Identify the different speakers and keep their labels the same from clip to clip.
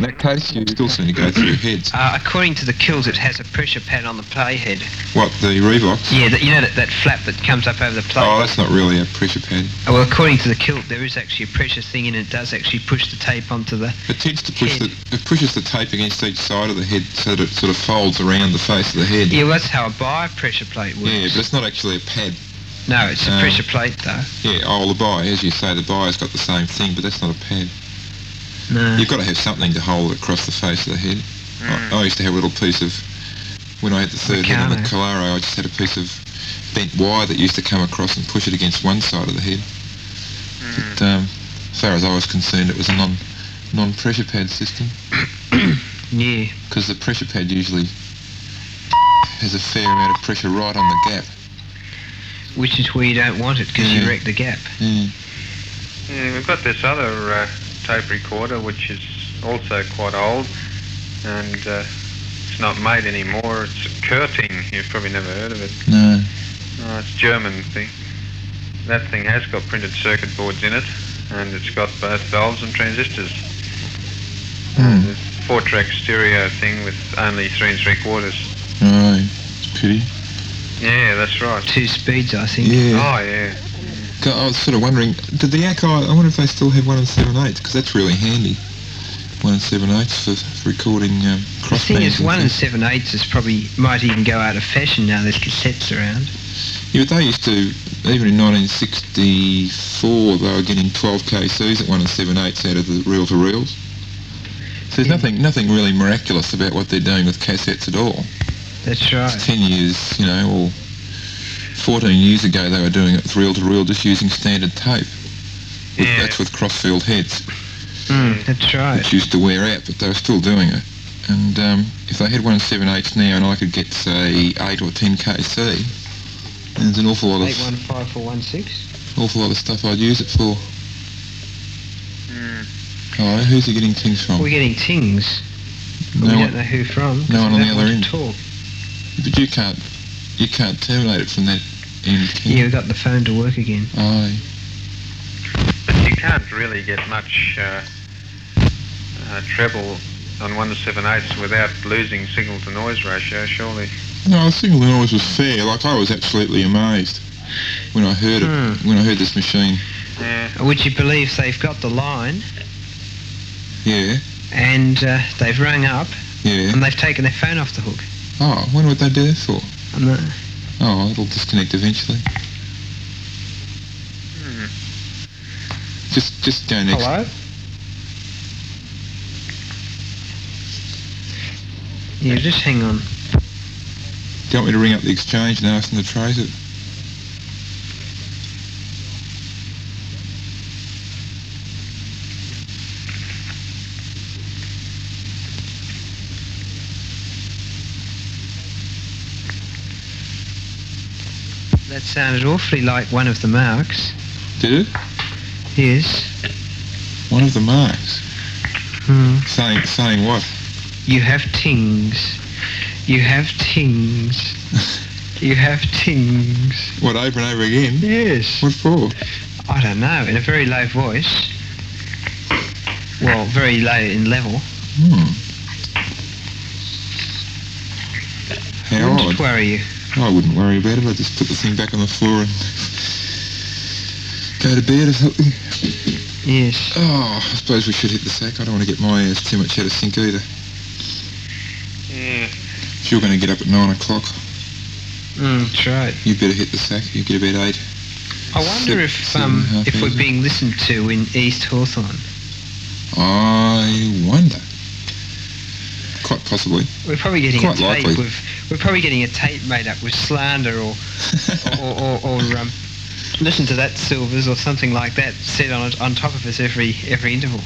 Speaker 1: That cuts you.
Speaker 2: Still seeing it go through your heads.
Speaker 3: Uh, according to the kills, it has a pressure pad on the playhead.
Speaker 2: What, the Reebok?
Speaker 3: Yeah, that, you know that, that flap that comes up over the play. Uh,
Speaker 2: Oh, that's not really a pressure pad.
Speaker 3: Well, according to the kilt, there is actually a pressure thing, and it does actually push the tape onto the.
Speaker 2: It tends to push
Speaker 3: Head.
Speaker 2: the it pushes the tape against each side of the head so that it sort of folds around the face of the head.
Speaker 3: Yeah, well, that's how a buy pressure plate works.
Speaker 2: Yeah, but it's not actually a pad.
Speaker 3: no, it's a
Speaker 2: um,
Speaker 3: pressure plate though.
Speaker 2: Yeah, oh, well, the buyer, as you say, the buyer's got the same thing, but that's not a pad.
Speaker 3: No.
Speaker 2: You've got to have something to hold it across the face of the head. I, I used to have a little piece of, when I had the third head on the Calaro, I just had a piece of bent wire that used to come across and push it against one side of the head. But um, as far as I was concerned, it was a non, non-pressure pad system.
Speaker 3: Yeah.
Speaker 2: because the pressure pad usually has a fair amount of pressure right on the gap.
Speaker 3: Which is where you don't want it because
Speaker 2: Yeah.
Speaker 3: you wreck the gap.
Speaker 4: Yeah, we've got this other uh, tape recorder which is also quite old, and uh, it's not made anymore. It's Kerting. You've probably never heard of it.
Speaker 2: No.
Speaker 4: Oh, it's German thing. That thing has got printed circuit boards in it, and it's got both valves and transistors.
Speaker 2: Hmm.
Speaker 4: This four-track stereo thing with only three and three quarters.
Speaker 2: Right. It's a pity.
Speaker 4: Yeah, that's right.
Speaker 3: Two speeds, I think.
Speaker 2: Yeah.
Speaker 4: Oh yeah.
Speaker 2: God, I was sort of wondering, did the Akai, I wonder if they still have one and seven eighths, because that's really handy. One and seven eighths for, for recording um,
Speaker 3: The
Speaker 2: cross
Speaker 3: thing
Speaker 2: bands
Speaker 3: is,
Speaker 2: and
Speaker 3: one and
Speaker 2: things.
Speaker 3: seven eighths is probably might even go out of fashion now. There's cassettes around.
Speaker 2: Yeah, but they used to, even in 1964, they were getting 12 KCs at one and seven eighths out of the reel-to-reels. So there's
Speaker 3: Yeah.
Speaker 2: nothing, nothing really miraculous about what they're doing with cassettes at all.
Speaker 3: That's right.
Speaker 2: 10 years, you know, or 14 years ago they were doing it reel to reel just using standard tape. With,
Speaker 4: Yeah.
Speaker 2: That's with crossfield heads, Hmm.
Speaker 3: Mm, that's right.
Speaker 2: which used to wear out, but they were still doing it. And um, if they had one and seven eighths now and I could get, say, 8 or 10 KC, there's an awful lot
Speaker 3: Eight
Speaker 2: of
Speaker 3: one five four one six.
Speaker 2: awful lot of stuff I'd use it for.
Speaker 4: Mm.
Speaker 2: Oh, who's he getting things from?
Speaker 3: We're getting tings. but
Speaker 2: no
Speaker 3: we
Speaker 2: one,
Speaker 3: don't know who from. 'cause
Speaker 2: no one
Speaker 3: we don't
Speaker 2: on the other
Speaker 3: want to
Speaker 2: end.
Speaker 3: Talk.
Speaker 2: but you can't, you can't terminate it from that end. Can
Speaker 3: Yeah,
Speaker 2: you?
Speaker 3: we got the phone to work again.
Speaker 2: Aye.
Speaker 4: But you can't really get much uh, uh, treble on one to seven eighths without losing signal to noise ratio, surely.
Speaker 2: No, I think the noise was fair. Like I was absolutely amazed when I heard it.
Speaker 3: Hmm.
Speaker 2: When I heard this machine.
Speaker 4: Yeah.
Speaker 3: Would you believe they've got the line
Speaker 2: Yeah,
Speaker 3: and uh, they've rung up
Speaker 2: yeah.
Speaker 3: and they've taken their phone off the hook?
Speaker 2: Oh, when would they do that for?
Speaker 3: I'm not-
Speaker 2: Oh, it'll disconnect eventually.
Speaker 4: Hmm.
Speaker 2: Just, just go next.
Speaker 3: Hello. Yeah, just hang on.
Speaker 2: Do you want me to ring up the exchange and ask them to trace it?
Speaker 3: That sounded awfully like one of the marks.
Speaker 2: Did it?
Speaker 3: Yes.
Speaker 2: One of the marks.
Speaker 3: Hmm.
Speaker 2: Saying, saying what?
Speaker 3: You have tings. You have tings. You have tings.
Speaker 2: What over and over again?
Speaker 3: Yes.
Speaker 2: What for?
Speaker 3: I don't know. In a very low voice. Well, very low in level.
Speaker 2: Hmm. How
Speaker 3: Wouldn't it
Speaker 2: odd.
Speaker 3: worry you.
Speaker 2: I wouldn't worry about it. I'd just put the thing back on the floor and go to bed or something.
Speaker 3: Yes.
Speaker 2: Oh, I suppose we should hit the sack. I don't want to get my ears too much out of sync either.
Speaker 4: Yeah.
Speaker 2: If you're going to get up at 9 o'clock,
Speaker 3: Mm, that's right.
Speaker 2: you better hit the sack. You get about 8.
Speaker 3: I wonder if
Speaker 2: Six and a
Speaker 3: um,
Speaker 2: half
Speaker 3: if we're
Speaker 2: hours.
Speaker 3: being listened to in East Hawthorn.
Speaker 2: I wonder. Quite possibly.
Speaker 3: We're probably getting
Speaker 2: Quite
Speaker 3: a tape
Speaker 2: likely.
Speaker 3: with we're probably getting a tape made up with slander or or, or, or um, listen to that Silvers or something like that said on on top of us every every interval.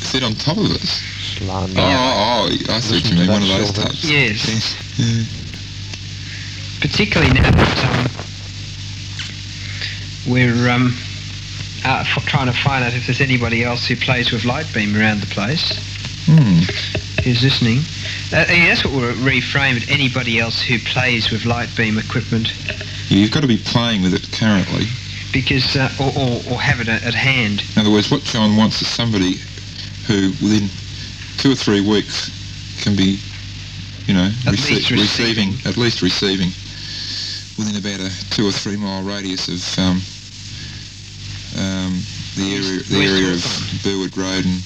Speaker 2: Sit on top of us.
Speaker 5: Slander.
Speaker 2: Oh, oh, I see what you
Speaker 5: Listen
Speaker 2: mean.
Speaker 5: to
Speaker 2: One of
Speaker 5: that
Speaker 2: those
Speaker 5: shoulder.
Speaker 2: types.
Speaker 3: Yes,
Speaker 2: Yeah. Yeah.
Speaker 3: particularly now that um, we're um, out for trying to find out if there's anybody else who plays with light beam around the place
Speaker 2: Hmm.
Speaker 3: who's listening. Uh, yeah, that's what we'll reframe it. Anybody else who plays with light beam equipment
Speaker 2: Yeah, you've got to be playing with it currently.
Speaker 3: because uh, or, or, or have it at at hand.
Speaker 2: In other words, what John wants is somebody who, within two or three weeks can be, you know,
Speaker 3: At
Speaker 2: rece-
Speaker 3: least
Speaker 2: receiving, at least receiving within about a two or three mile radius of um, um, the area, the
Speaker 3: West
Speaker 2: area of
Speaker 3: Auckland.
Speaker 2: Burwood Road and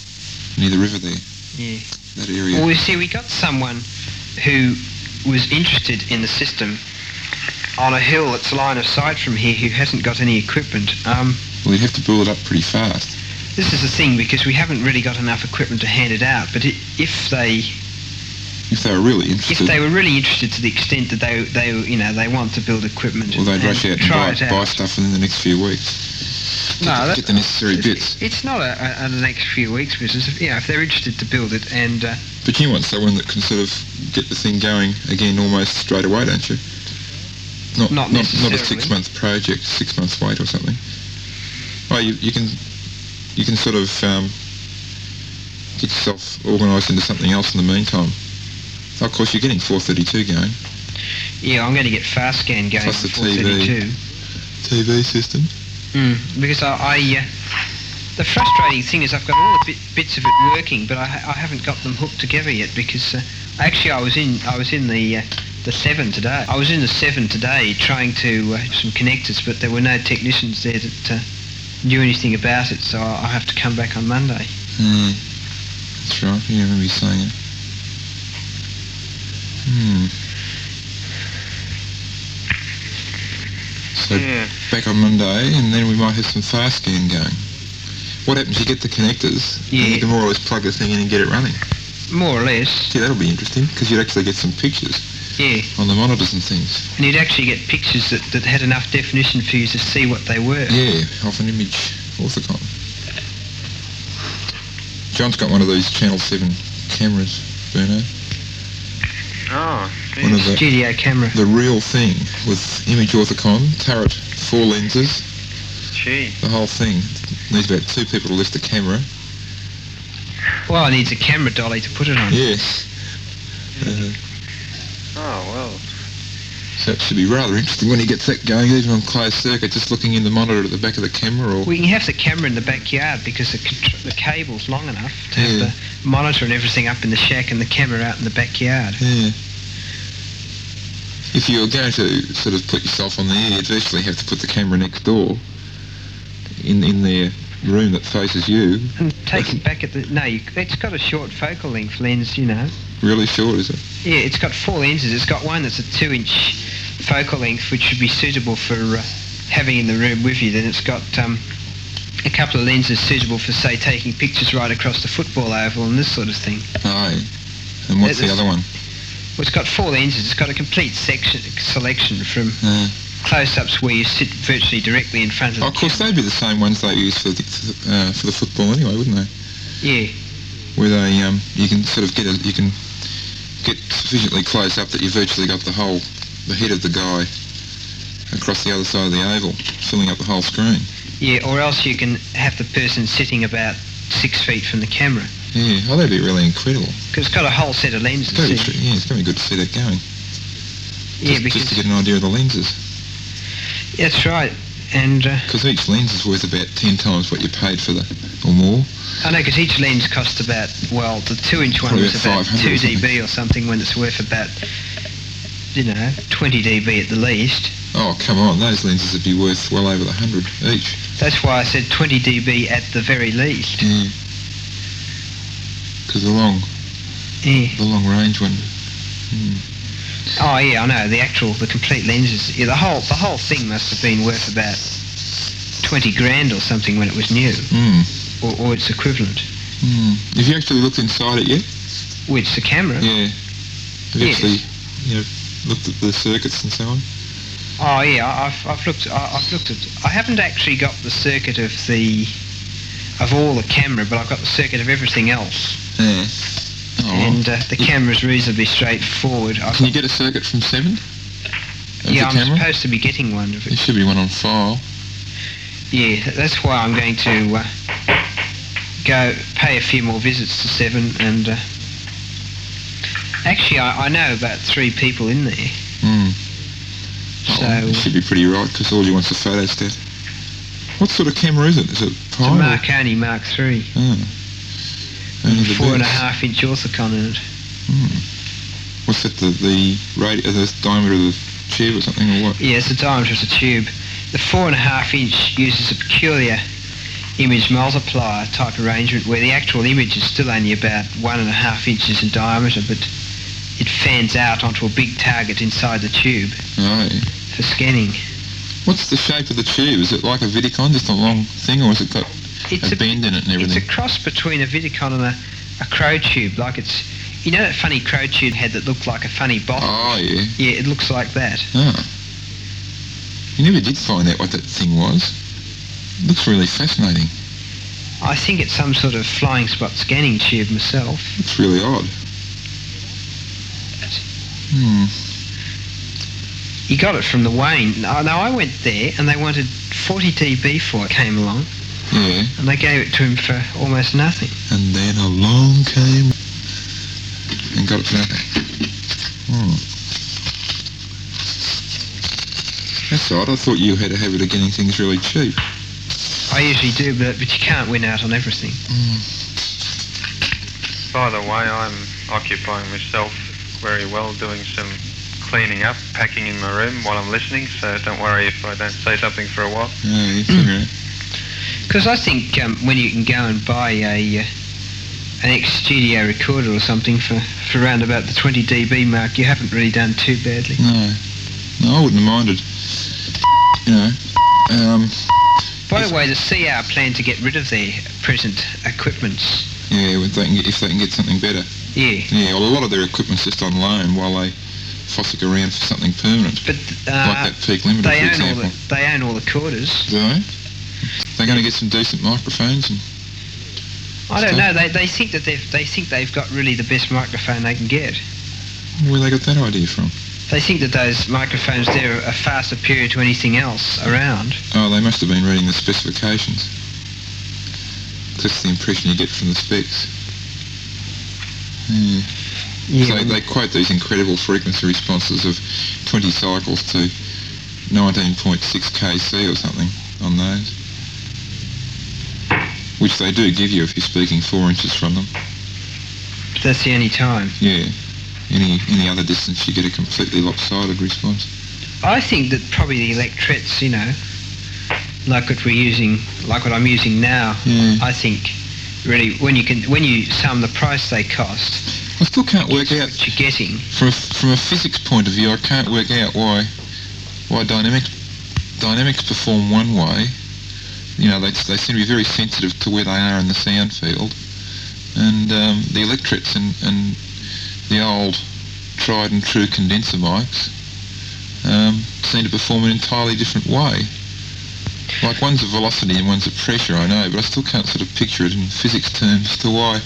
Speaker 2: near the river there,
Speaker 3: Yeah.
Speaker 2: that area.
Speaker 3: Well, you see, we got someone who was interested in the system on a hill that's line of sight from here who hasn't got any equipment. Um,
Speaker 2: Well, you'd have to build it up pretty fast.
Speaker 3: this is the thing because we haven't really got enough equipment to hand it out. But i if they
Speaker 2: If they were really
Speaker 3: if
Speaker 2: interested,
Speaker 3: they were really interested to the extent that they they you know they want to build equipment,
Speaker 2: well, they'd
Speaker 3: and
Speaker 2: rush out and
Speaker 3: try
Speaker 2: buy,
Speaker 3: it out.
Speaker 2: buy stuff within the next few weeks. Get,
Speaker 3: No,
Speaker 2: the-
Speaker 3: that-
Speaker 2: get the necessary bits.
Speaker 3: It's not a, a, a next few weeks business. If, you know, if they're interested to build it, and uh,
Speaker 2: But you want someone that can sort of get the thing going again almost straight away, don't you? Not
Speaker 3: Not
Speaker 2: not, not
Speaker 3: necessarily.
Speaker 2: a six month project, six months wait or something. Well, you, you can you can sort of um, get yourself organised into something else in the meantime. Oh, of course, you're getting 432 going.
Speaker 3: yeah, I'm going to get fast scan going
Speaker 2: Plus the
Speaker 3: before
Speaker 2: TV.
Speaker 3: 32.
Speaker 2: TV system.
Speaker 3: Mm, because I, I uh, the frustrating thing is I've got all the bit, bits of it working, but I, ha- I haven't got them hooked together yet. Because uh, actually, I was in I was in the uh, the seven today. I was in the seven today trying to uh, some connectors, but there were no technicians there that uh, knew anything about it. So I, I have to come back on Monday.
Speaker 2: Hmm. That's right. You remember me saying it. Hmm. So
Speaker 4: Yeah.
Speaker 2: back on Monday, and then we might have some fast scan going. What happens? You get the connectors, and
Speaker 3: Yeah.
Speaker 2: you can more or less plug the thing in and get it running.
Speaker 3: More or less,
Speaker 2: Gee, that'll be interesting because you'd actually get some pictures
Speaker 3: yeah.
Speaker 2: on the monitors and things.
Speaker 3: And you'd actually get pictures that, that had enough definition for you to see what they were.
Speaker 2: Yeah, off an image orthocon. John's got one of these Channel Seven cameras, Bruno.
Speaker 4: Oh, geez.
Speaker 2: One of the
Speaker 3: Studio camera.
Speaker 2: the real thing with image orthocon, turret, four lenses,
Speaker 4: gee.
Speaker 2: the whole thing. Needs about two people to lift the camera.
Speaker 3: Well, I needs a camera dolly to put it on.
Speaker 2: Yes. Uh,
Speaker 4: Oh, well.
Speaker 2: So it should be rather interesting when he gets that going, even on closed circuit, just looking in the monitor at the back of the camera. Or
Speaker 3: We can have the camera in the backyard because the, contr- the cable's long enough to have
Speaker 2: Yeah.
Speaker 3: the monitor and everything up in the shack and the camera out in the backyard.
Speaker 2: yeah. If you're going to sort of put yourself on the air, you'd virtually have to put the camera next door in in their room that faces you.
Speaker 3: And take it back at the... No, you, it's got a short focal length lens, you know.
Speaker 2: Really short, is it?
Speaker 3: Yeah, it's got four lenses. It's got one that's a two-inch focal length, which would be suitable for uh, having in the room with you. Then it's got um, a couple of lenses suitable for, say, taking pictures right across the football oval and this sort of thing.
Speaker 2: Aye. And what's
Speaker 3: It
Speaker 2: the
Speaker 3: is-
Speaker 2: other one?
Speaker 3: Well, it's got four lenses. It's got a complete section selection from
Speaker 2: Uh,
Speaker 3: close-ups where you sit virtually directly in front of.
Speaker 2: oh, of
Speaker 3: the
Speaker 2: course,
Speaker 3: camera.
Speaker 2: they'd be the same ones they use for the, for the- uh, for the football anyway, wouldn't they?
Speaker 3: Yeah,
Speaker 2: where they um, you can sort of get a, you can get sufficiently close up that you've virtually got the whole the head of the guy across the other side of the oval, filling up the whole screen.
Speaker 3: yeah. Or else you can have the person sitting about six feet from the camera
Speaker 2: Yeah, oh, that'd be really incredible.
Speaker 3: because it's got a whole set of lenses.
Speaker 2: That'd be
Speaker 3: see.
Speaker 2: tr- yeah, it's gonna be good to see that going.
Speaker 3: Yeah,
Speaker 2: just,
Speaker 3: because
Speaker 2: just to get an idea of the lenses,
Speaker 3: that's right. And uh,
Speaker 2: because each lens is worth about ten times what you paid for the or more.
Speaker 3: I know because each lens costs about well, the two-inch one
Speaker 2: Probably
Speaker 3: was about
Speaker 2: about 500
Speaker 3: two
Speaker 2: or something.
Speaker 3: dB or something when it's worth about you know twenty dB at the least.
Speaker 2: Oh come on, those lenses would be worth well over the hundred each.
Speaker 3: That's why I said twenty dB at the very least.
Speaker 2: Yeah. Because the long,
Speaker 3: Yeah.
Speaker 2: the long range one. Hmm.
Speaker 3: Oh yeah, I know. The actual, the complete lenses, yeah, the whole, the whole thing must have been worth about twenty grand or something when it was new,
Speaker 2: Hmm.
Speaker 3: or, or its equivalent,
Speaker 2: Hmm. Have you actually looked inside it yet?
Speaker 3: which the camera.
Speaker 2: Yeah. Have you
Speaker 3: Yes.
Speaker 2: actually you know, looked at the circuits and so on?
Speaker 3: Oh yeah, I- I've, I've looked, I- I've looked at. I haven't actually got the circuit of the of all the camera, but I've got the circuit of everything else,
Speaker 2: Yeah. Oh, well.
Speaker 3: and uh, the
Speaker 2: Yeah.
Speaker 3: camera's reasonably straightforward. I've
Speaker 2: Can you
Speaker 3: got-
Speaker 2: get a circuit from Seven? Of
Speaker 3: yeah,
Speaker 2: the
Speaker 3: I'm
Speaker 2: camera?
Speaker 3: supposed to be getting one. Of
Speaker 2: There
Speaker 3: it.
Speaker 2: should be one on file.
Speaker 3: Yeah, that's why I'm going to uh, go pay a few more visits to Seven and. Uh, Actually, I, I know about three people in there,
Speaker 2: Hmm.
Speaker 3: so
Speaker 2: Oh, it should be pretty right because all you want's a photo stat. What sort of camera is it? Oh. Is it
Speaker 3: it's a
Speaker 2: prime? or-
Speaker 3: Marconi Mark III.
Speaker 2: Oh.
Speaker 3: I
Speaker 2: Only the
Speaker 3: four and a
Speaker 2: birds.
Speaker 3: half inch orsicon in it.
Speaker 2: Hmm. What's that? The the radio, the diameter of the tube or something or what?
Speaker 3: Yes, the diameter of the tube. The four and a half inch uses a peculiar image multiplier type arrangement where the actual image is still only about one and a half inches in diameter, but it fans out onto a big target inside the tube
Speaker 2: Oh, yeah.
Speaker 3: for scanning.
Speaker 2: What's the shape of the tube? Is it like a Vidicon, just a long thing, or has it got
Speaker 3: It's
Speaker 2: a, bend in it
Speaker 3: It's
Speaker 2: and
Speaker 3: a
Speaker 2: everything?
Speaker 3: cross between a Vidicon and a, a crow tube. Like it's, you know, that funny crow tube head that looked like a funny bottle.
Speaker 2: oh yeah.
Speaker 3: Yeah, it looks like that.
Speaker 2: Oh. You never did find out what that thing was. Looks really fascinating.
Speaker 3: I think it's some sort of flying spot scanning tube myself.
Speaker 2: It's really odd. Hmm.
Speaker 3: You got it from the Wayne. No, no, I went there and they wanted 40 dB for it. Came along
Speaker 2: Yeah.
Speaker 3: and they gave it to him for almost nothing.
Speaker 2: And then along came and got it for nothing. Hmm. That's odd. I thought you had a habit of getting things really cheap.
Speaker 3: I usually do, but but you can't win out on everything.
Speaker 4: By the way, I'm occupying myself very well doing some cleaning up, packing in my room while I'm listening, so don't worry if I don't say something for a while.
Speaker 2: Yeah, you figure it.
Speaker 3: Because I think um, when you can go and buy a uh, an X Studio recorder or something for, for around about the 20 dB mark, you haven't really done too badly.
Speaker 2: No. No, I wouldn't have minded. You know. Um,
Speaker 3: By the way, the CR plan to get rid of their present equipments.
Speaker 2: yeah, if they, can get, if they can get something better.
Speaker 3: Yeah,
Speaker 2: Yeah, well, a lot of their equipment's just on loan while they fossick around for something permanent.
Speaker 3: but
Speaker 2: like
Speaker 3: uh,
Speaker 2: that Peak Limited,
Speaker 3: they
Speaker 2: for
Speaker 3: own all
Speaker 2: example.
Speaker 3: the they own all the quarters.
Speaker 2: Do they? They're going to get some decent microphones and
Speaker 3: I don't know.
Speaker 2: Stuff.
Speaker 3: They, they think that they've they think they've got really the best microphone they can get.
Speaker 2: where they got that idea from?
Speaker 3: They think that those microphones there are far superior to anything else around.
Speaker 2: Oh, they must have been reading the specifications. That's the impression you get from the specs. Yeah. So they, they quote these incredible frequency responses of 20 cycles to 19.6 kc or something on those, which they do give you if you're speaking four inches from them.
Speaker 3: that's the only time.
Speaker 2: Yeah. Any any other distance, you get a completely lopsided response.
Speaker 3: I think that probably the electrets, you know, like what we're using, like what I'm using now,
Speaker 2: Yeah.
Speaker 3: I think really when you can when you sum the price they cost,
Speaker 2: I still can't work out
Speaker 3: what you're getting.
Speaker 2: from a, from a physics point of view, I can't work out why why dynamics dynamics perform one way. You know, they, they seem to be very sensitive to where they are in the sound field, and um, the electrets and, and the old tried and true condenser mics um, seem to perform an entirely different way. Like one's a velocity and one's a pressure, I know, but I still can't sort of picture it in physics terms as to why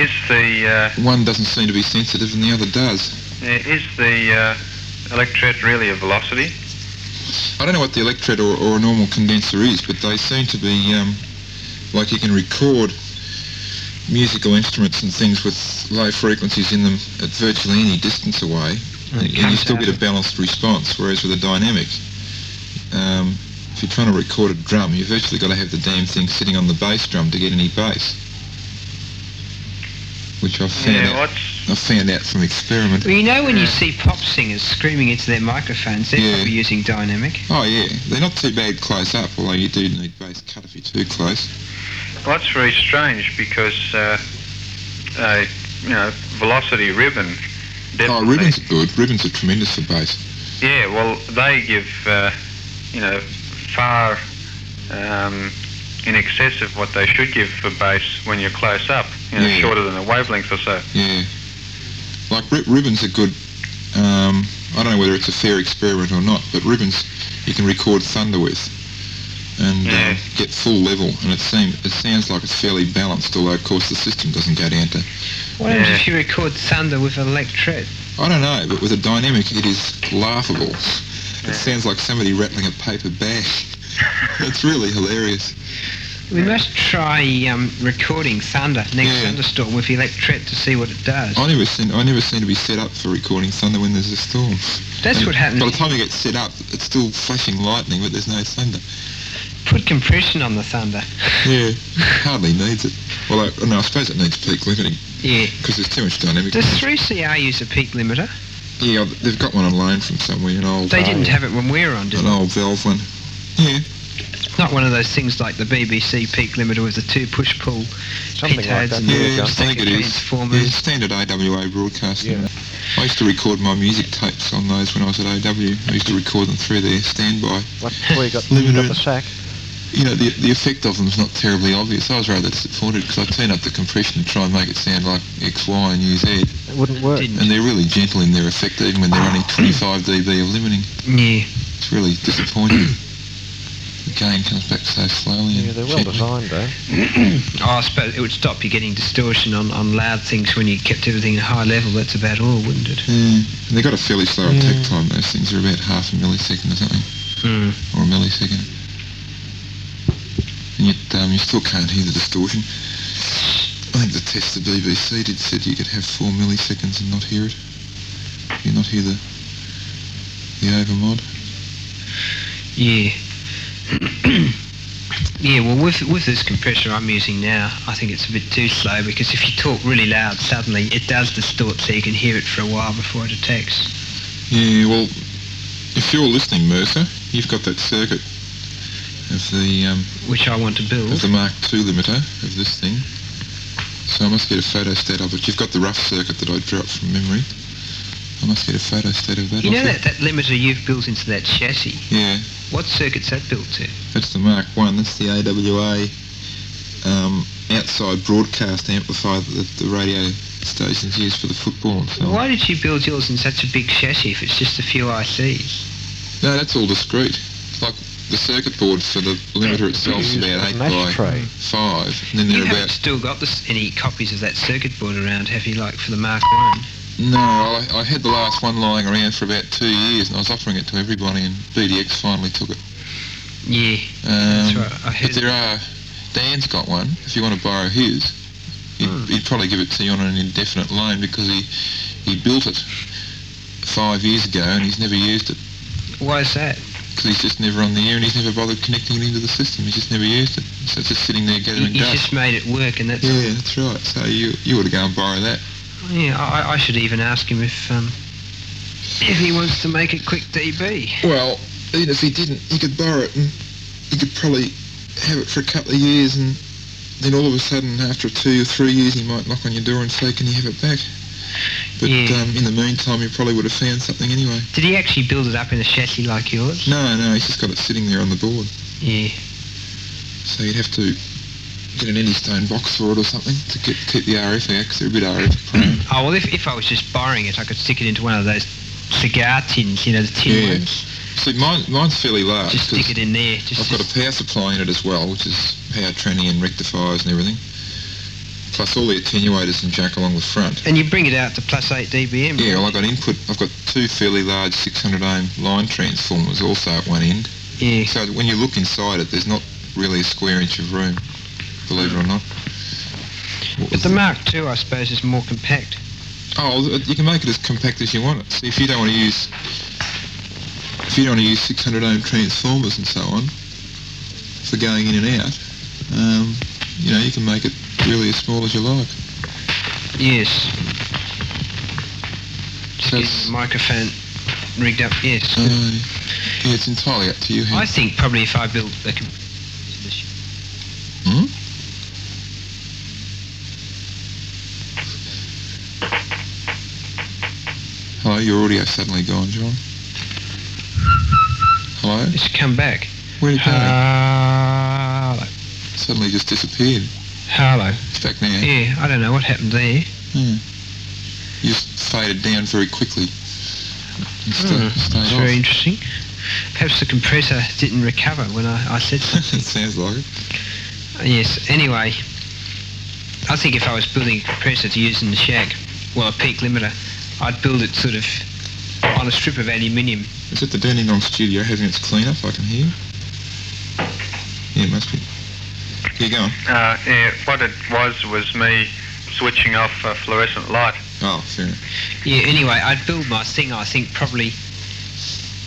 Speaker 4: Is the uh,
Speaker 2: one doesn't seem to be sensitive and the other does.
Speaker 4: is the uh, electret really a velocity?
Speaker 2: I don't know what the electret or, or a normal condenser is, but they seem to be um, like you can record musical instruments and things with low frequencies in them at virtually any distance away,
Speaker 3: And it
Speaker 2: and, and you
Speaker 3: comes
Speaker 2: still
Speaker 3: out
Speaker 2: get a
Speaker 3: of-
Speaker 2: balanced response. Whereas with a dynamic, um, if you're trying to record a drum, you've virtually got to have the damn thing sitting on the bass drum to get any bass, which I've found
Speaker 4: Yeah,
Speaker 2: out.
Speaker 4: what's
Speaker 2: I found out from experiment.
Speaker 3: Well, you know when you
Speaker 4: Yeah.
Speaker 3: see pop singers screaming into their microphones, they're
Speaker 2: Yeah.
Speaker 3: probably using dynamic.
Speaker 2: Oh yeah, they're not too bad close up, although you do need bass cut if you're too close.
Speaker 4: well, that's very strange because uh, a you know velocity ribbon.
Speaker 2: Oh,
Speaker 4: definitely-
Speaker 2: ribbons are good. Ribbons are tremendous for bass.
Speaker 4: Yeah, well, they give, uh, you know, far um, in excess of what they should give for bass when you're close up, you know,
Speaker 2: Yeah.
Speaker 4: shorter than a wavelength or so.
Speaker 2: Yeah. Like ri- ribbons are good. Um, I don't know whether it's a fair experiment or not, but ribbons you can record thunder with and
Speaker 4: Yeah.
Speaker 2: um, get full level, and it seems it sounds like it's fairly balanced. Although of course the system doesn't go down to.
Speaker 3: What happens
Speaker 4: Yeah.
Speaker 3: if you record thunder with an electret?
Speaker 2: I don't know, but with a dynamic it is laughable.
Speaker 4: Yeah.
Speaker 2: It sounds like somebody rattling a paper bag. it's really hilarious.
Speaker 3: We must try um, recording thunder next
Speaker 2: Yeah.
Speaker 3: thunderstorm with electret to see what it does.
Speaker 2: I never seem I never seem to be set up for recording thunder when there's a storm.
Speaker 3: That's
Speaker 2: And
Speaker 3: what happens.
Speaker 2: By the time you get set up, it's still flashing lightning, but there's no thunder.
Speaker 3: put compression on the Thunder.
Speaker 2: Yeah, hardly needs it. Well, I, no, I suppose it needs peak limiting
Speaker 3: Yeah.
Speaker 2: because there's too much dynamic.
Speaker 3: Does 3CR use a peak limiter?
Speaker 2: Yeah, they've got one on loan from somewhere, an old, uh,
Speaker 3: They didn't have it when we were on, did
Speaker 2: an
Speaker 3: they?
Speaker 2: old valve one. Yeah,
Speaker 3: Not one of those things like the BBC peak limiter with the two push-pull
Speaker 1: Something
Speaker 3: pit
Speaker 1: like
Speaker 3: heads
Speaker 1: that.
Speaker 3: and
Speaker 1: Yeah,
Speaker 3: the
Speaker 2: yeah, I think
Speaker 3: second
Speaker 2: it is.
Speaker 3: transformers.
Speaker 2: Yeah, standard AWA broadcasting.
Speaker 1: Yeah.
Speaker 2: I used to record my music tapes on those when I was at AW. I used to record them through their standby.
Speaker 1: What, well, you got, you
Speaker 2: Limited.
Speaker 1: got the sack.
Speaker 2: You know, the, the effect of them's not terribly obvious. I was rather disappointed because I turn up the compression and try and make it sound like X, Y and UZ.
Speaker 1: It wouldn't work.
Speaker 3: Didn't.
Speaker 2: And they're really gentle in their effect even when they're running 25 dB of limiting.
Speaker 3: Yeah.
Speaker 2: It's really disappointing. the game comes back so slowly. and
Speaker 1: Yeah, they're well
Speaker 2: gently.
Speaker 1: designed though.
Speaker 3: Oh, I suppose it would stop you getting distortion on, on loud things when you kept everything at a high level. That's about all, wouldn't it?
Speaker 2: Yeah, and they got a fairly slow
Speaker 1: Mm.
Speaker 2: attack time. Those things are about half a millisecond or something,
Speaker 3: Mm.
Speaker 2: or a millisecond. And yet um, you still can't hear the distortion. I think the test the BBC did said you could have four milliseconds and not hear it. You not hear the the overmod.
Speaker 3: Yeah. yeah, well, with, with this compressor I'm using now, I think it's a bit too slow because if you talk really loud suddenly, it does distort so you can hear it for a while before it attacks.
Speaker 2: Yeah, Eh, well, if you're listening, Mercer, you've got that circuit of the um,
Speaker 3: Which I want to build.
Speaker 2: of the Mark II limiter of this thing. So I must get a photostat of it. You've got the rough circuit that I drew up from memory. I must get a photostat of that.
Speaker 3: You know
Speaker 2: off
Speaker 3: that, that limiter you've built into that chassis?
Speaker 2: Yeah,
Speaker 3: What circuit's that built to?
Speaker 2: that's the Mark One. That's the AWA um, outside broadcast amplifier that the radio stations use for the football and so on.
Speaker 3: Why did you build yours in such a big chassis if it's just a few ICs?
Speaker 2: No, that's all discrete. Like the circuit board for the limiter itself's
Speaker 1: Use
Speaker 2: about
Speaker 1: a
Speaker 2: eight
Speaker 1: mash
Speaker 2: by
Speaker 1: tray.
Speaker 2: five, and then
Speaker 3: You
Speaker 2: they're
Speaker 3: haven't
Speaker 2: about
Speaker 3: still got this, any copies of that circuit board around, have you, like for the Mark 1?
Speaker 2: No, I, I had the last one lying around for about two years, and I was offering it to everybody, and BDX finally took it.
Speaker 3: Yeah,
Speaker 2: Um,
Speaker 3: that's right. I
Speaker 2: But
Speaker 3: heard
Speaker 2: there are Dan's got one. If you want to borrow his, he'd,
Speaker 3: Hmm.
Speaker 2: he'd probably give it to you on an indefinite loan because he he built it five years ago, and he's never used it
Speaker 3: Why is that?
Speaker 2: because he's just never on the air, and he's never bothered connecting it into the system. He's just never used it, so it's just sitting there
Speaker 3: You,
Speaker 2: gathering
Speaker 3: you
Speaker 2: dust.
Speaker 3: just made it work, and that's
Speaker 2: Yeah, that's right. So you you ought to go and borrow that.
Speaker 3: yeah. I, I should even ask him if um, if he wants to make a quick DB.
Speaker 2: Well, even if he didn't, he could borrow it and he could probably have it for a couple of years and then all of a sudden after two or three years he might knock on your door and say, can you have it back? But
Speaker 3: Yeah.
Speaker 2: um, in the meantime he probably would have found something anyway.
Speaker 3: Did he actually build it up in a chassis like yours?
Speaker 2: No, no, he's just got it sitting there on the board.
Speaker 3: Yeah.
Speaker 2: So you'd have to get an any stone box for it or something to get, keep the RF out because they're a bit RF prone.
Speaker 3: Oh well, if, if I was just borrowing it, I could stick it into one of those cigar tins, you know, the tin
Speaker 2: Yeah.
Speaker 3: ones.
Speaker 2: See, mine, mine's fairly large.
Speaker 3: Just
Speaker 2: 'cause-
Speaker 3: stick it in there. Just,
Speaker 2: I've got a power supply in it as well, which is power tranny and rectifiers and everything. Plus all the attenuators and jack along the front.
Speaker 3: and you bring it out to plus eight dBm.
Speaker 2: Yeah, well I've got input, I've got two fairly large 600 ohm line transformers also at one end.
Speaker 3: Yeah.
Speaker 2: So when you look inside it, there's not really a square inch of room, believe it or not.
Speaker 3: But
Speaker 2: What was
Speaker 3: the
Speaker 2: it?
Speaker 3: Mark II, I suppose, is more compact.
Speaker 2: Oh, th- you can make it as compact as you want it. See, if you don't want to use, if you don't want to use 600 ohm transformers and so on for going in and out, um, you know, you can make it really as small as you like.
Speaker 3: Yes. Just
Speaker 2: So
Speaker 3: get
Speaker 2: it's-
Speaker 3: the microphone rigged up. Yes.
Speaker 2: Uh, yeah, it's entirely up to you. How
Speaker 3: I think probably if I built a com- in the sh-
Speaker 2: Hmm? Hello, your audio suddenly gone, John. Hello,
Speaker 3: It's come back.
Speaker 2: where did it go?
Speaker 3: Uh, Hello.
Speaker 2: suddenly just disappeared.
Speaker 3: Uh, Hello.
Speaker 2: It's back now.
Speaker 3: Yeah, I don't know what happened there.
Speaker 2: You just faded down very quickly. And sta-
Speaker 3: Hmm,
Speaker 2: stayed
Speaker 3: It's
Speaker 2: off.
Speaker 3: very interesting. Perhaps the compressor didn't recover when I, I said something.
Speaker 2: it sounds like it.
Speaker 3: yes, anyway, I think if I was building a compressor to use in the shack, well, a peak limiter, I'd build it sort of on a strip of aluminium.
Speaker 2: Is it the Dandenong studio having its clean-up? I can hear. Yeah, it must be. Yeah, go on.
Speaker 4: Uh, yeah, what it was was me switching off a fluorescent light.
Speaker 2: Oh, fair enough.
Speaker 3: Yeah, anyway, I'd build my thing, I think, probably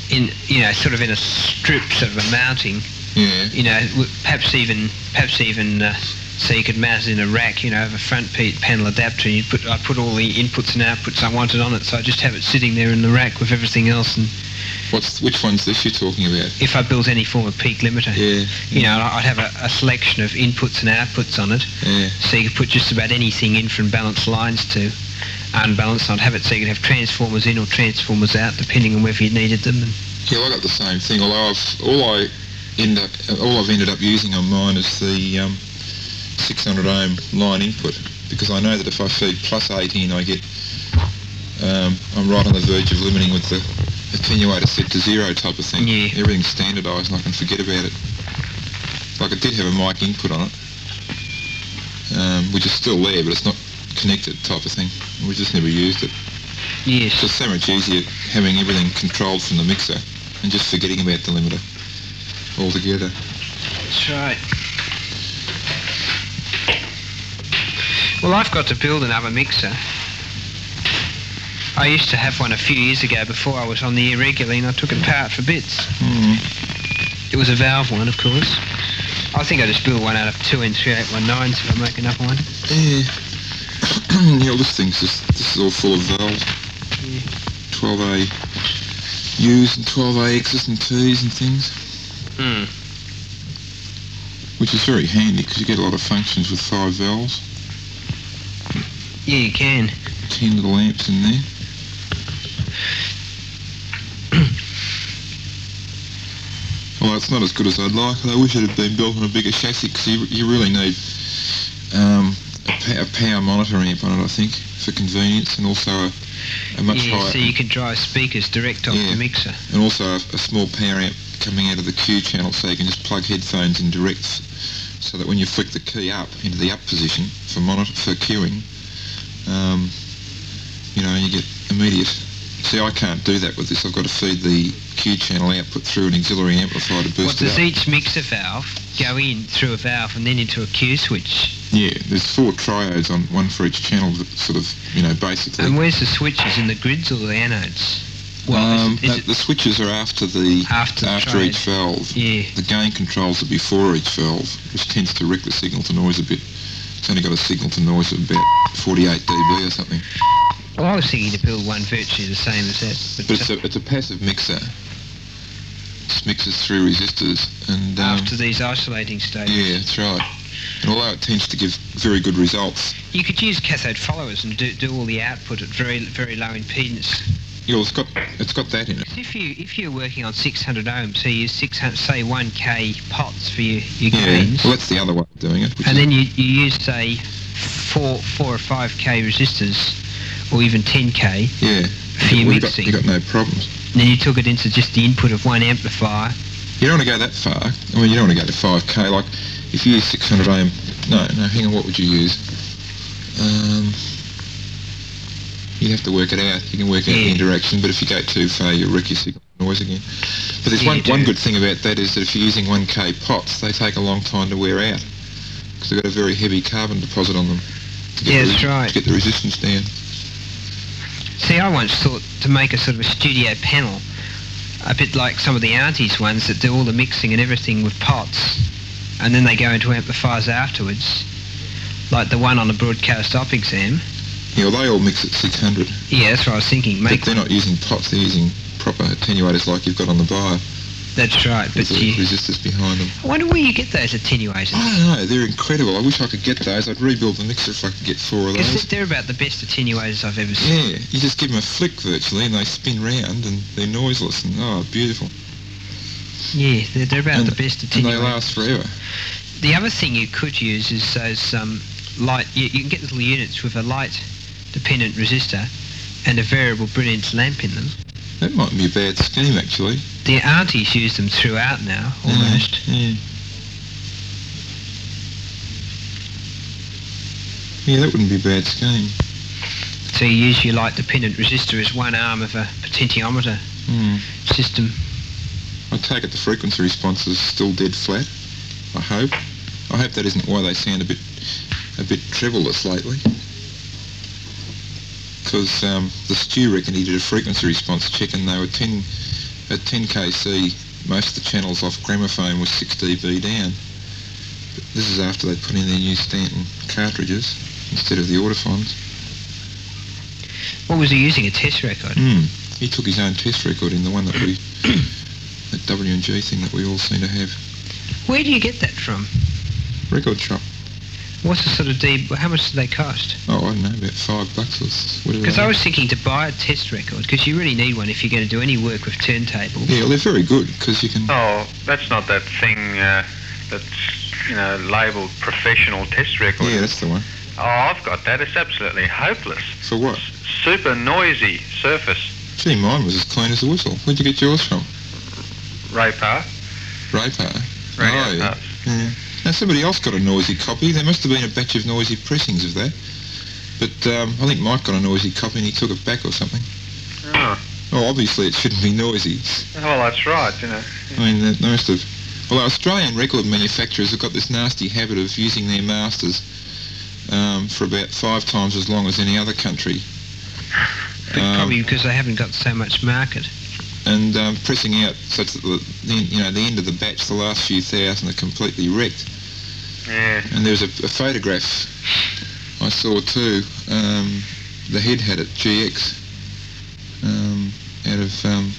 Speaker 3: in, you know, sort of in a strip, sort of a mounting,
Speaker 2: Yeah.
Speaker 3: You know, w- perhaps even perhaps even uh, so you could mount it in a rack. You know, have a front pe- panel adapter. You put I put all the inputs and outputs I wanted on it, so I just have it sitting there in the rack with everything else. And
Speaker 2: What's which one's this you're talking about?
Speaker 3: if I built any form of peak limiter,
Speaker 2: Yeah.
Speaker 3: you know, I'd have a, a selection of inputs and outputs on it.
Speaker 2: Yeah.
Speaker 3: so you could put just about anything in from balanced lines to unbalanced. I'd have it so you could have transformers in or transformers out, depending on whether you needed them. And
Speaker 2: Yeah, I got the same thing. Although I've all I end up all I've ended up using on mine is the um, 600 ohm line input because I know that if I feed plus 18, I get um, I'm right on the verge of limiting with the attenuator set to zero type of thing.
Speaker 3: Yeah.
Speaker 2: Everything's standardised and I can forget about it. Like it did have a mic input on it, um, which is still there, but it's not connected type of thing. We just never used it. It's
Speaker 3: yes,
Speaker 2: just so much easier having everything controlled from the mixer and just forgetting about the limiter altogether.
Speaker 3: that's right. Well, I've got to build another mixer. I used to have one a few years ago before I was on the air regularly, and I took it apart for bits.
Speaker 2: Mm.
Speaker 3: It was a valve one, of course. I think I just built one out of two and three eight one nines if I make another one.
Speaker 2: Yeah. yeah, well, this thing's just, this is all full of valves. 12A U's and 12A X's and T's and things,
Speaker 3: Hmm.
Speaker 2: which is very handy because you get a lot of functions with five valves.
Speaker 3: Yeah, you can.
Speaker 2: Ten little amps in there. Well, it's not as good as I'd like, and I wish it had been built on a bigger chassis because you, you really need um, a, pa- a power monitor amp on it, I think, for convenience, and also a, a much
Speaker 3: yeah,
Speaker 2: higher
Speaker 3: so you can drive speakers direct off
Speaker 2: Yeah.
Speaker 3: the mixer.
Speaker 2: and also a, a small power amp coming out of the Q channel, so you can just plug headphones in direct, so that when you flick the key up into the up position for monitor for queuing, um, you know you get immediate. See, I can't do that with this. I've got to feed the Q channel output through an auxiliary amplifier to
Speaker 3: Well,
Speaker 2: boost it
Speaker 3: does
Speaker 2: up.
Speaker 3: each mixer valve go in through a valve and then into a Q switch?
Speaker 2: Yeah, there's four triodes on one for each channel, that sort of, you know, basically.
Speaker 3: And where's the switches in the grids or the anodes? Well,
Speaker 2: um,
Speaker 3: is, it, is
Speaker 2: no, the switches are after the
Speaker 3: it after the
Speaker 2: after
Speaker 3: triad?
Speaker 2: each valve.
Speaker 3: Yeah,
Speaker 2: The gain controls are before each valve, which tends to wreck the signal to noise a bit. It's only got a signal to noise of about 48 dB or something.
Speaker 3: well, I was thinking to build one virtually the same as that, but,
Speaker 2: But it's
Speaker 3: uh,
Speaker 2: a, it's a passive mixer. It mixes through resistors and... Um,
Speaker 3: after these isolating stages,
Speaker 2: yeah, that's right. And although it tends to give very good results,
Speaker 3: you could use cathode followers and do, do all the output at very very low impedance.
Speaker 2: you know, it's got it's got that in it.
Speaker 3: If you if you're working on 600 ohms, so you use 600 say 1k pots for your your
Speaker 2: Yeah,
Speaker 3: greens.
Speaker 2: well that's the other way of doing it. Which
Speaker 3: And
Speaker 2: is,
Speaker 3: then you, you use say four four or five k resistors, or even ten k
Speaker 2: yeah,
Speaker 3: for your
Speaker 2: well, you got,
Speaker 3: mixing.
Speaker 2: you got no problems.
Speaker 3: And then you took it into just the input of one amplifier.
Speaker 2: You don't want to go that far. I mean, you don't want to go to 5k. Like, if you use 600 ohm, no, no, hang on, what would you use? Um, you have to work it out. You can work out the
Speaker 3: Yeah.
Speaker 2: interaction, but if you go too far, you'll wreck your signal noise again. But there's
Speaker 3: Yeah,
Speaker 2: one,
Speaker 3: you do.
Speaker 2: one good thing about that is that if you're using 1k pots, they take a long time to wear out because they've got a very heavy carbon deposit on them. To get
Speaker 3: Yeah,
Speaker 2: the
Speaker 3: that's
Speaker 2: re-
Speaker 3: right.
Speaker 2: To get the resistance down.
Speaker 3: See, I once thought to make a sort of a studio panel, a bit like some of the aunties ones that do all the mixing and everything with pots, and then they go into amplifiers afterwards, like the one on the broadcast op exam.
Speaker 2: Yeah, well, they all mix at 600,
Speaker 3: Yeah, that's what I was thinking.
Speaker 2: but
Speaker 3: Make
Speaker 2: they're not using pots. They're using proper attenuators like you've got on the bar
Speaker 3: that's right.
Speaker 2: with
Speaker 3: But
Speaker 2: the
Speaker 3: you,
Speaker 2: resistors behind them.
Speaker 3: I wonder where you get those attenuators.
Speaker 2: I don't know. Ah, They're incredible. I wish I could get those. I'd rebuild the mixer if I could get four of
Speaker 3: Because
Speaker 2: those.
Speaker 3: they're about the best attenuators I've ever seen.
Speaker 2: Yeah, you just give them a flick virtually, and they spin round, and they're noiseless, and oh, beautiful.
Speaker 3: Yeah, they're, they're about
Speaker 2: And-
Speaker 3: the best
Speaker 2: And they
Speaker 3: attenuators.
Speaker 2: last forever.
Speaker 3: The other thing you could use is those um, light. You, you can get little units with a light-dependent resistor and a variable brilliance lamp in them.
Speaker 2: That might be a bad scheme, actually.
Speaker 3: The aunties use them throughout now,
Speaker 2: Yeah,
Speaker 3: almost.
Speaker 2: Yeah. Yeah, that wouldn't be a bad scheme.
Speaker 3: So you use your light-dependent resistor as one arm of a potentiometer
Speaker 2: Hmm.
Speaker 3: system.
Speaker 2: I take it the frequency response is still dead flat. I hope. I hope that isn't why they sound a bit, a bit trebleless lately. Because um, the stew reckoned he did a frequency response check and they were 10 at 10 kc most of the channels off gramophone were 6 dB down. But this is after they put in their new Stanton cartridges instead of the Audifons.
Speaker 3: What was he using? A test record?
Speaker 2: Mm. He took his own test record in the one that we, that W&G thing that we all seem to have.
Speaker 3: Where do you get that from?
Speaker 2: Record shop.
Speaker 3: What's the sort of deep? How much do they cost?
Speaker 2: Oh, I don't know, about five bucks or s- whatever.
Speaker 3: Because
Speaker 2: they
Speaker 3: I
Speaker 2: are.
Speaker 3: was thinking to buy a test record because you really need one if you're going to do any work with turntables.
Speaker 2: Yeah, well, they're very good because you can.
Speaker 4: Oh, that's not that thing uh, that's you know labelled professional test record.
Speaker 2: Yeah, that's the one.
Speaker 4: Oh, I've got that. It's absolutely hopeless.
Speaker 2: For what?
Speaker 4: Super noisy surface.
Speaker 2: Gee, mine was as clean as a whistle. Where'd you get yours from?
Speaker 4: Rapar.
Speaker 2: Rapar.
Speaker 4: Radio
Speaker 2: Oh, yeah.
Speaker 4: parts.
Speaker 2: yeah. Now, somebody else got a noisy copy. There must have been a batch of noisy pressings of that. But um, I think Mike got a noisy copy and he took it back or something.
Speaker 4: Oh,
Speaker 2: Oh, obviously it shouldn't be noisy.
Speaker 4: well, that's right. You know.
Speaker 2: I mean, they they must have... Well, Australian record manufacturers have got this nasty habit of using their masters um, for about five times as long as any other country.
Speaker 3: But
Speaker 2: Um,
Speaker 3: probably because they haven't got so much market.
Speaker 2: and um, pressing out such that the, the you know the end of the batch, the last few thousand are completely wrecked.
Speaker 4: Yeah.
Speaker 2: And there's a, a photograph I saw too. Um, the head had it GX um, out of um,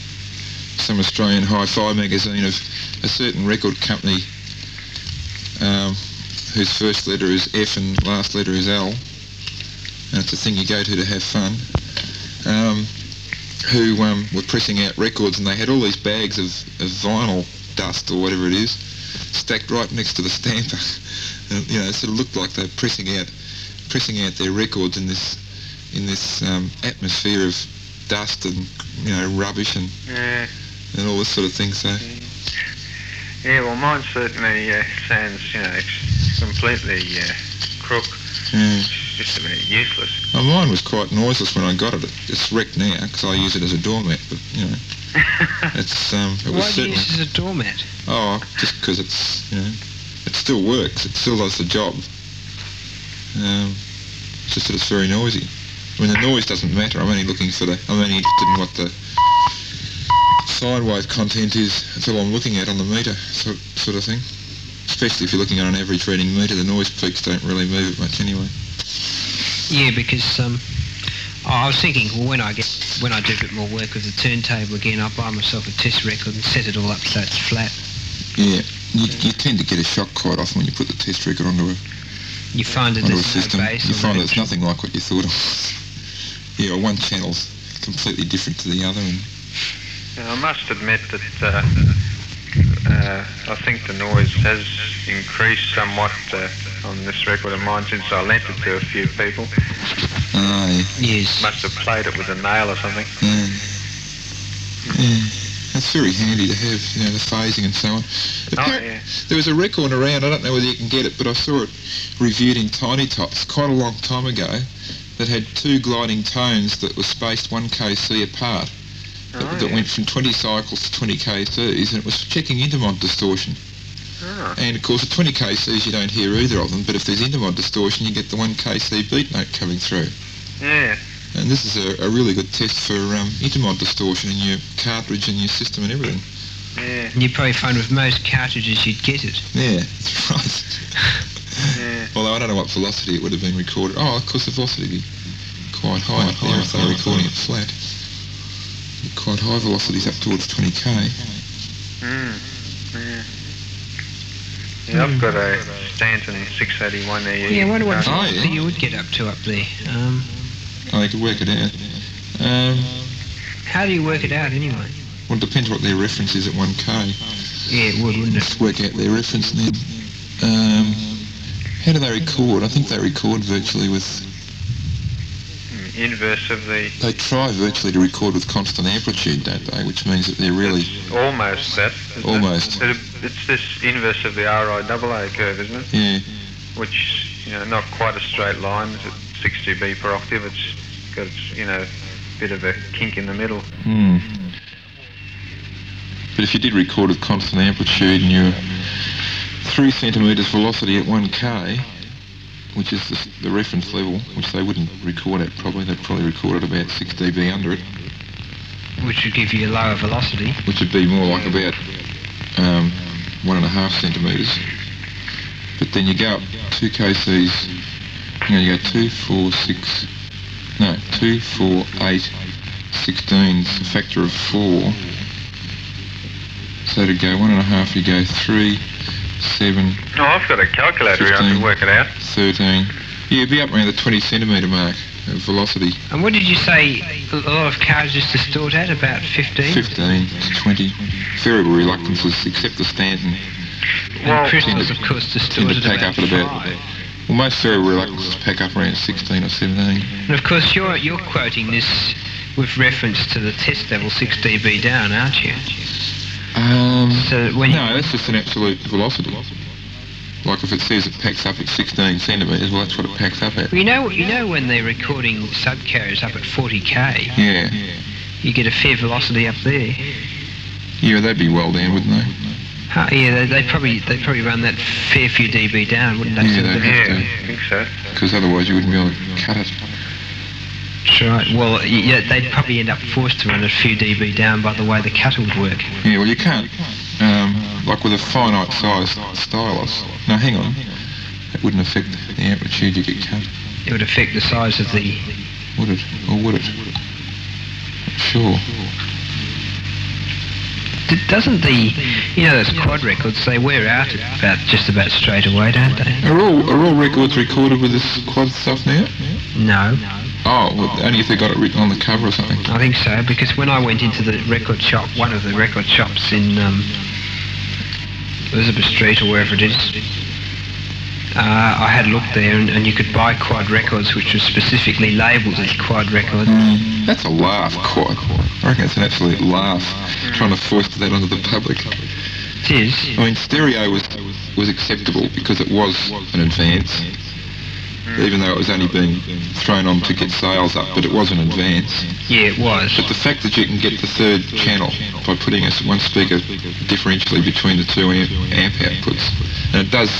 Speaker 2: some Australian hi-fi magazine of a certain record company um, whose first letter is F and last letter is L, and it's a thing you go to to have fun. Um, who um, were pressing out records and they had all these bags of, of vinyl dust or whatever it is stacked right next to the stamper. And, Um, you know, it sort of looked like they're pressing out, pressing out their records in this, in this um, atmosphere of dust and you know rubbish and,
Speaker 4: Yeah.
Speaker 2: and all this sort of thing. So
Speaker 4: Yeah. Well, mine certainly uh, sounds you know ex- completely uh, crook.
Speaker 2: yeah.
Speaker 4: It's just a bit useless.
Speaker 2: Well, mine was quite noiseless when I got it. It's wrecked now because I use it as a doormat. But you know, it's um, it was
Speaker 3: Why do you
Speaker 2: certainly
Speaker 3: use it as a doormat?
Speaker 2: oh just because it's you know it still works. It still does the job. Um, it's just that it's very noisy. I mean, the noise doesn't matter. I'm only looking for the. I'm only interested in what the sine wave content is. That's all I'm looking at on the meter, sort, sort of thing. Especially if you're looking at an average reading meter, the noise peaks don't really move it much anyway.
Speaker 3: Yeah, because um, I was thinking well, when I get when I do a bit more work with the turntable again, I'll buy myself a test record and set it all up so it's flat.
Speaker 2: Yeah, you, you tend to get a shock quite often when you put the test record onto a,
Speaker 3: You find that
Speaker 2: onto a
Speaker 3: there's
Speaker 2: system.
Speaker 3: no bass.
Speaker 2: You
Speaker 3: or
Speaker 2: find
Speaker 3: no-
Speaker 2: it's nothing like what you thought it was. Yeah, one channel's completely different to the other. And
Speaker 4: Now, I must admit that uh, uh, I think the noise has increased somewhat uh, on this record of mine since I lent it to a few people.
Speaker 2: ah, yeah,
Speaker 3: Yes.
Speaker 4: Must have played it with a nail or something.
Speaker 2: yeah, yeah. That's very handy to have, you know, the phasing and so on.
Speaker 4: Oh,
Speaker 2: Appar-
Speaker 4: yeah.
Speaker 2: There was a record around, I don't know whether you can get it, but I saw it reviewed in Tiny Tops quite a long time ago that had two gliding tones that were spaced 1 kc apart that,
Speaker 4: Oh,
Speaker 2: that
Speaker 4: yeah.
Speaker 2: went from 20 cycles to 20 kcs and it was checking intermod distortion.
Speaker 4: Oh,
Speaker 2: And of course at 20 kcs you don't hear either of them, but if there's intermod distortion you get the 1 kc beat note coming through.
Speaker 4: yeah.
Speaker 2: And this is a, a really good test for um, intermod distortion in your cartridge and your system and everything.
Speaker 4: Yeah,
Speaker 3: You probably find with most cartridges you'd get it.
Speaker 2: Yeah, that's right.
Speaker 4: yeah.
Speaker 2: Although I don't know what velocity it would have been recorded. Oh, of course the velocity would be quite high up there if they're recording it flat. Quite high velocities up towards 20k.
Speaker 4: Mm. Yeah. Yeah, I've got a Stanton 681 there. Um,
Speaker 3: Yeah, I wonder what
Speaker 2: Oh,
Speaker 3: velocity
Speaker 2: yeah.
Speaker 3: you would get up to up there. Um,
Speaker 2: Oh, they could work it out. Um,
Speaker 3: how do you work it out anyway?
Speaker 2: well, it depends what their reference is at 1k.
Speaker 3: Yeah, it would, wouldn't it?
Speaker 2: Let's work out their reference and then. Um, how do they record? I think they record virtually with.
Speaker 4: Inverse of the
Speaker 2: They try virtually to record with constant amplitude, don't they? Which means that they're really.
Speaker 4: almost that. isn't it?
Speaker 2: Almost.
Speaker 4: It- It's this inverse of the RIAA curve, isn't it?
Speaker 2: Yeah.
Speaker 4: Which, you know, not quite a straight line. It's at 6 dB per octave. It's got, you know, a bit of a kink in the middle.
Speaker 2: Hmm. But if you did record with constant amplitude and you're three centimetres velocity at 1k, which is the, s- the reference level, which they wouldn't record at probably, they'd probably record at about 6 dB under it,
Speaker 3: Which would give you a lower velocity.
Speaker 2: which would be more like about um, one and a half centimetres. But then you go up two kcs, you know, you go two, four, six, no, two, four, eight, sixteen, it's a factor of four. So to go one and a half, you go three, seven,
Speaker 4: No, Oh, I've got a calculator here. I can
Speaker 2: 15.
Speaker 4: work it out.
Speaker 2: 13. Yeah, it'd be up around the 20 centimetre mark of velocity.
Speaker 3: And what did you say a lot of cars used to start at? About 15?
Speaker 2: 15 to 20. Variable reluctances, except the Stanton.
Speaker 3: And
Speaker 4: Well,
Speaker 3: Crystals, of course, to
Speaker 2: Tend
Speaker 3: start
Speaker 2: to
Speaker 3: at about
Speaker 2: pack up at about.
Speaker 3: five.
Speaker 2: Well, most variable reluctances pack up around 16 or 17.
Speaker 3: And of course, you're you're quoting this with reference to the test level 6 dB down, aren't you?
Speaker 2: Um,
Speaker 3: So when you,
Speaker 2: no, that's just an absolute velocity. Like if it says it packs up at 16 centimetres, well, that's what it packs up at.
Speaker 3: you know you know when they're recording subcarriers up at 40k,
Speaker 2: Yeah.
Speaker 3: you get a fair velocity up there.
Speaker 2: Yeah, they'd be well down, wouldn't they?
Speaker 3: Huh, yeah, they, they probably they probably run that fair few dB down, wouldn't they?
Speaker 2: Yeah,
Speaker 3: So
Speaker 2: they-
Speaker 3: that-
Speaker 4: yeah, I think so.
Speaker 2: Because otherwise you wouldn't be able to cut it.
Speaker 3: That's right. Well, y- yeah, they'd probably end up forced to run a few dB down by the way the cutter would work.
Speaker 2: Yeah, well, you can't. Um, like with a finite size stylus. No, hang on. That wouldn't affect the amplitude you could cut,
Speaker 3: It would affect the size of the.
Speaker 2: would it? Or would it? Sure.
Speaker 3: D- doesn't the, you know, those quad records they wear out at about just about straight away, don't they?
Speaker 2: Are all are all records recorded with this quad stuff now?
Speaker 3: No,
Speaker 2: Oh, well, only if they got it written on the cover or something.
Speaker 3: I think so because when I went into the record shop, one of the record shops in um, Elizabeth Street or wherever it is, uh, I had a look there and, and you could buy quad records which were specifically labelled as quad records.
Speaker 2: Mm, that's a laugh, quad. I reckon it's an absolute laugh, trying to force that onto the public.
Speaker 3: It is.
Speaker 2: I mean, stereo was was acceptable because it was an advance, even though it was only being thrown on to get sales up, but it was an advance.
Speaker 3: Yeah, it was.
Speaker 2: But the fact that you can get the third channel by putting a s one speaker differentially between the two amp, amp outputs, and it does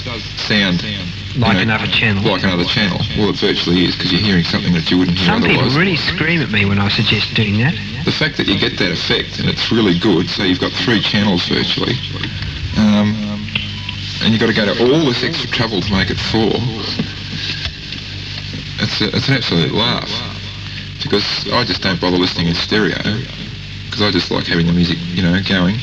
Speaker 2: sound you
Speaker 3: Like
Speaker 2: know,
Speaker 3: another channel.
Speaker 2: like another channel. Well, it virtually is because you're hearing something that you wouldn't hear
Speaker 3: Some people
Speaker 2: otherwise.
Speaker 3: really scream at me when I suggest doing that.
Speaker 2: The fact that you get that effect and it's really good, so you've got three channels virtually, um, and you've got to go to all this extra trouble to make it four. It's, a, it's an absolute laugh because I just don't bother listening in stereo because I just like having the music, you know, going.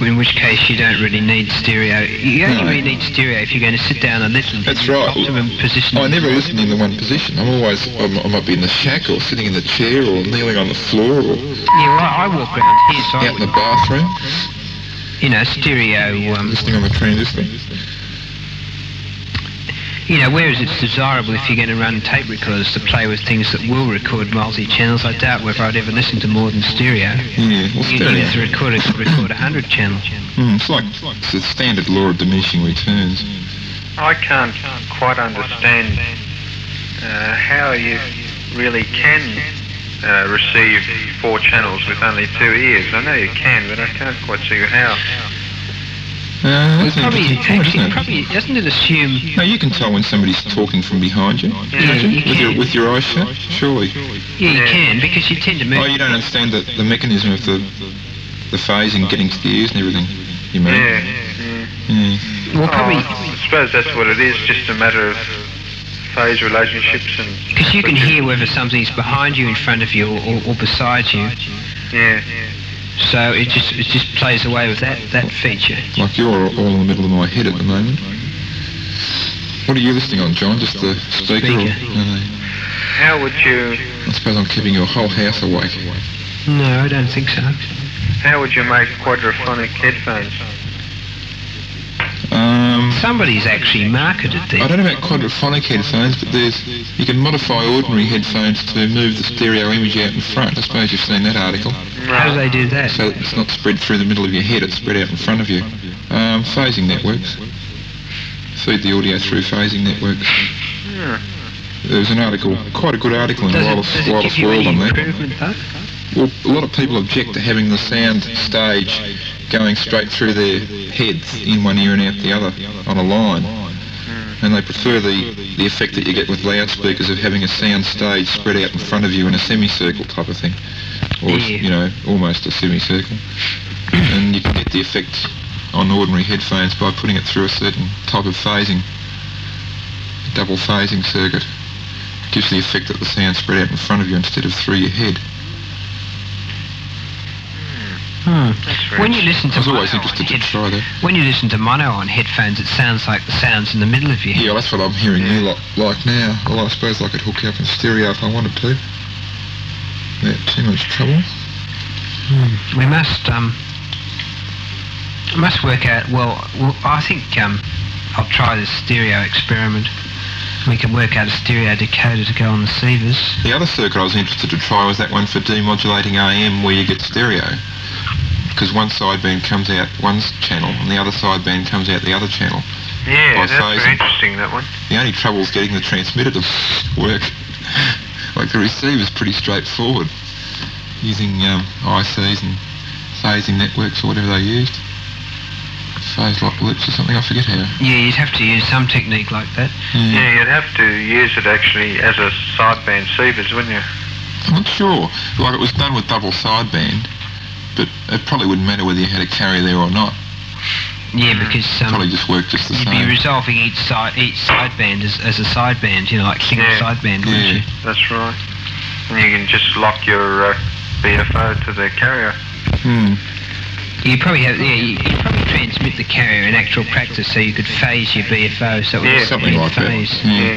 Speaker 3: In which case, you don't really need stereo. You only
Speaker 2: No.
Speaker 3: really need stereo if you're going to sit down and listen.
Speaker 2: That's
Speaker 3: Your
Speaker 2: right.
Speaker 3: Optimum position.
Speaker 2: I never listen in the one position. I'm always, I'm, I might be in the shack or sitting in the chair or kneeling on the floor or
Speaker 3: Yeah, well, I walk around here, so I
Speaker 2: out in
Speaker 3: would,
Speaker 2: the bathroom
Speaker 3: you know, stereo. Um,
Speaker 2: listening on the transistor.
Speaker 3: you know, whereas it's desirable if you're going to run tape recorders to play with things that will record multi-channels, I doubt whether I'd ever listen to more than stereo.
Speaker 2: Yeah, well,
Speaker 3: You've got
Speaker 2: stereo.
Speaker 3: to record it, record a hundred channel.
Speaker 2: Mm, it's like it's the standard law of diminishing returns.
Speaker 3: Hmm.
Speaker 4: I can't quite understand uh, how you really can uh, receive four channels with only two ears. I know you can, but I can't quite see how.
Speaker 2: Uh, that's an
Speaker 3: Probably,
Speaker 2: interesting point,
Speaker 3: actually,
Speaker 2: isn't it?
Speaker 3: probably doesn't it assume?
Speaker 2: No, you can tell when somebody's talking from behind you.
Speaker 3: Yeah,
Speaker 2: can't
Speaker 3: you
Speaker 2: with,
Speaker 3: can.
Speaker 2: your, with your eyes shut, surely.
Speaker 3: Yeah, you
Speaker 4: Yeah.
Speaker 3: can because you tend to move.
Speaker 2: Oh, you don't understand the, the mechanism of the the phasing getting to the ears and everything. You mean?
Speaker 4: Yeah. yeah.
Speaker 2: Yeah.
Speaker 3: well, probably.
Speaker 4: Oh, I suppose that's what it is, just a matter of phase relationships and...
Speaker 3: Because you can hear whether something's behind you, in front of you, or, or beside you.
Speaker 4: Yeah.
Speaker 3: So it just it just plays away with that, that feature.
Speaker 2: Like you're all in the middle of my head at the moment. What are you listening on, John? Just the speaker? Or,
Speaker 3: Speaker.
Speaker 2: no, no.
Speaker 4: How would you...
Speaker 2: I suppose I'm keeping your whole house awake.
Speaker 3: No, I don't think so.
Speaker 4: How would you make quadraphonic headphones?
Speaker 2: Um,
Speaker 3: Somebody's actually marketed
Speaker 2: I
Speaker 3: this.
Speaker 2: don't know about quadraphonic headphones, but there's you can modify ordinary headphones to move the stereo image out in front. I suppose you've seen that article.
Speaker 3: How do they do that?
Speaker 2: So it's not spread through the middle of your head, it's spread out in front of you. Um, phasing networks. Feed the audio through phasing networks.
Speaker 4: Hmm.
Speaker 2: There was an article, quite a good article in
Speaker 3: Does it,
Speaker 2: Wireless,
Speaker 3: does it give
Speaker 2: Wireless
Speaker 3: you
Speaker 2: World
Speaker 3: any
Speaker 2: on that.
Speaker 3: improvement though?
Speaker 2: Well, a lot of people object to having the sound stage going straight through their heads in one ear and out the other on a line. And they prefer the, the effect that you get with loudspeakers of having a sound stage spread out in front of you in a semicircle type of thing. Or,
Speaker 3: Yeah.
Speaker 2: you know, almost a semicircle. and you can get the effect on ordinary headphones by putting it through a certain type of phasing, double phasing circuit. It gives the effect that the sound spread out in front of you instead of through your head.
Speaker 3: Hmm.
Speaker 4: That's
Speaker 3: When
Speaker 4: rich.
Speaker 3: you listen
Speaker 2: I
Speaker 3: to
Speaker 2: was always
Speaker 3: mono on
Speaker 2: interested to
Speaker 3: head-
Speaker 2: try that.
Speaker 3: when you listen to mono on headphones, it sounds like the sounds in the middle of your head.
Speaker 2: Yeah, well, that's what I'm hearing you lot like now. Well, I suppose I could hook you up in stereo if I wanted to. Without too much trouble.
Speaker 3: Hmm. We must um, we must work out. Well, well I think um, I'll try this stereo experiment. We can work out a stereo decoder to go on the Sievers.
Speaker 2: The other circuit I was interested to try was that one for demodulating AM where you get stereo. Because one sideband comes out one channel and the other sideband comes out the other channel.
Speaker 4: Yeah,
Speaker 2: By
Speaker 4: that's
Speaker 2: phasing.
Speaker 4: very interesting, that one.
Speaker 2: The only trouble is getting the transmitter to work. like the receiver's pretty straightforward. Using um, ICs and phasing networks or whatever they used. Phase lock loops or something, I forget how.
Speaker 3: Yeah, you'd have to use some technique like that.
Speaker 2: Yeah.
Speaker 4: Yeah, you'd have to use it actually as a sideband sievers, wouldn't you?
Speaker 2: I'm not sure. Like it was done with double sideband, but it probably wouldn't matter whether you had a carrier there or not.
Speaker 3: Yeah, because um,
Speaker 2: probably just worked just the
Speaker 3: you'd
Speaker 2: same.
Speaker 3: be resolving each side each sideband as, as a sideband, you know, like single
Speaker 4: Yeah.
Speaker 3: sideband, wouldn't
Speaker 2: Yeah.
Speaker 3: you?
Speaker 4: That's right. And you can just lock your uh, BFO to the carrier.
Speaker 2: Hmm.
Speaker 3: You probably have, yeah, you, you probably transmit the carrier in actual practice, so you could phase your BFO, so it
Speaker 4: Yeah,
Speaker 3: was
Speaker 2: Something like that.
Speaker 3: phase.
Speaker 2: Yeah.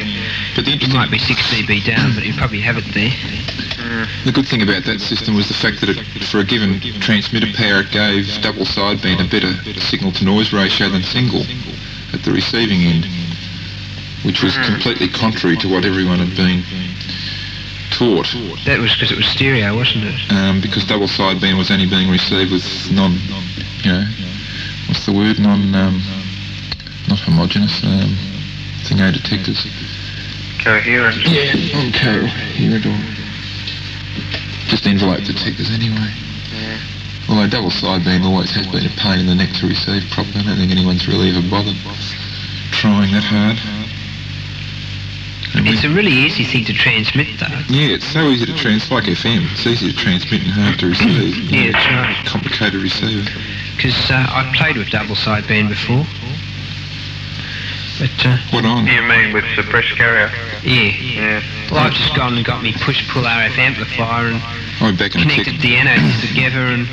Speaker 2: But the
Speaker 3: It
Speaker 2: interesting,
Speaker 3: might be six dB down, but you probably have it there.
Speaker 4: Hmm.
Speaker 2: the good thing about that system was the fact that it, for a given transmitter pair, it gave double sideband a better signal to noise ratio than single at the receiving end, which was completely contrary to what everyone had been taught,
Speaker 3: That was because it was stereo, wasn't it?
Speaker 2: um, because double sideband was only being received with non, you know, what's the word, non, um, not homogenous, um, thingo detectors.
Speaker 4: Coherent.
Speaker 2: Yeah, okay, here it all. Just envelope detectors anyway.
Speaker 4: Yeah.
Speaker 2: Although double sideband always has been a pain in the neck to receive properly, I don't think anyone's really ever bothered trying that hard. And we-
Speaker 3: It's a really easy thing to transmit, though.
Speaker 2: yeah, it's so easy to trans, like FM, it's easy to transmit and hard to receive.
Speaker 3: Yeah, that's right.
Speaker 2: Complicated receiver.
Speaker 3: Because uh, I played with double sideband before. But, uh,
Speaker 2: What on?
Speaker 4: You mean with suppressed carrier?
Speaker 3: yeah.
Speaker 4: Yeah.
Speaker 3: Well, I've just gone and got me push-pull RF amplifier and
Speaker 2: Oh, back in the
Speaker 3: connected
Speaker 2: tech.
Speaker 3: the anodes together and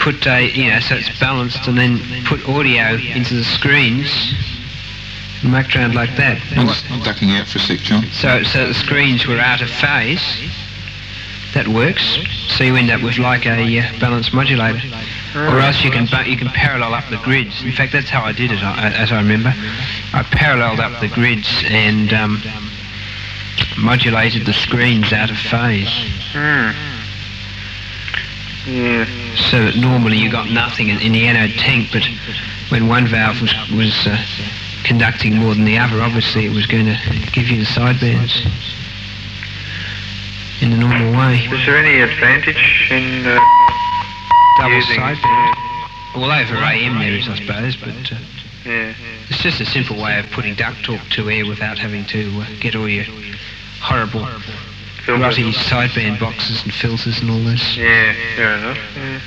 Speaker 3: put a you know so it's balanced and then put audio into the screens and mucked around like that
Speaker 2: I'm just ducking out for a sec, John.
Speaker 3: so so the screens were out of phase that works so you end up with like a uh, balanced modulator or else you can bu- you can parallel up the grids in fact that's how I did it I, as I remember I paralleled up the grids and um, modulated the screens out of phase
Speaker 4: Hmm. Yeah.
Speaker 3: so that normally you got nothing in, in the anode tank, but when one valve was, was uh, conducting more than the other, obviously it was going to give you the sidebands in the normal way.
Speaker 4: Is there any advantage in uh,
Speaker 3: Double
Speaker 4: using? uh,
Speaker 3: sideband. Well, over AM there is, I suppose, but uh,
Speaker 4: Yeah.
Speaker 3: it's just a simple way of putting duct talk to air without having to uh, get all your horrible, rutty sideband boxes and filters and all this.
Speaker 4: Yeah, fair enough. Yeah.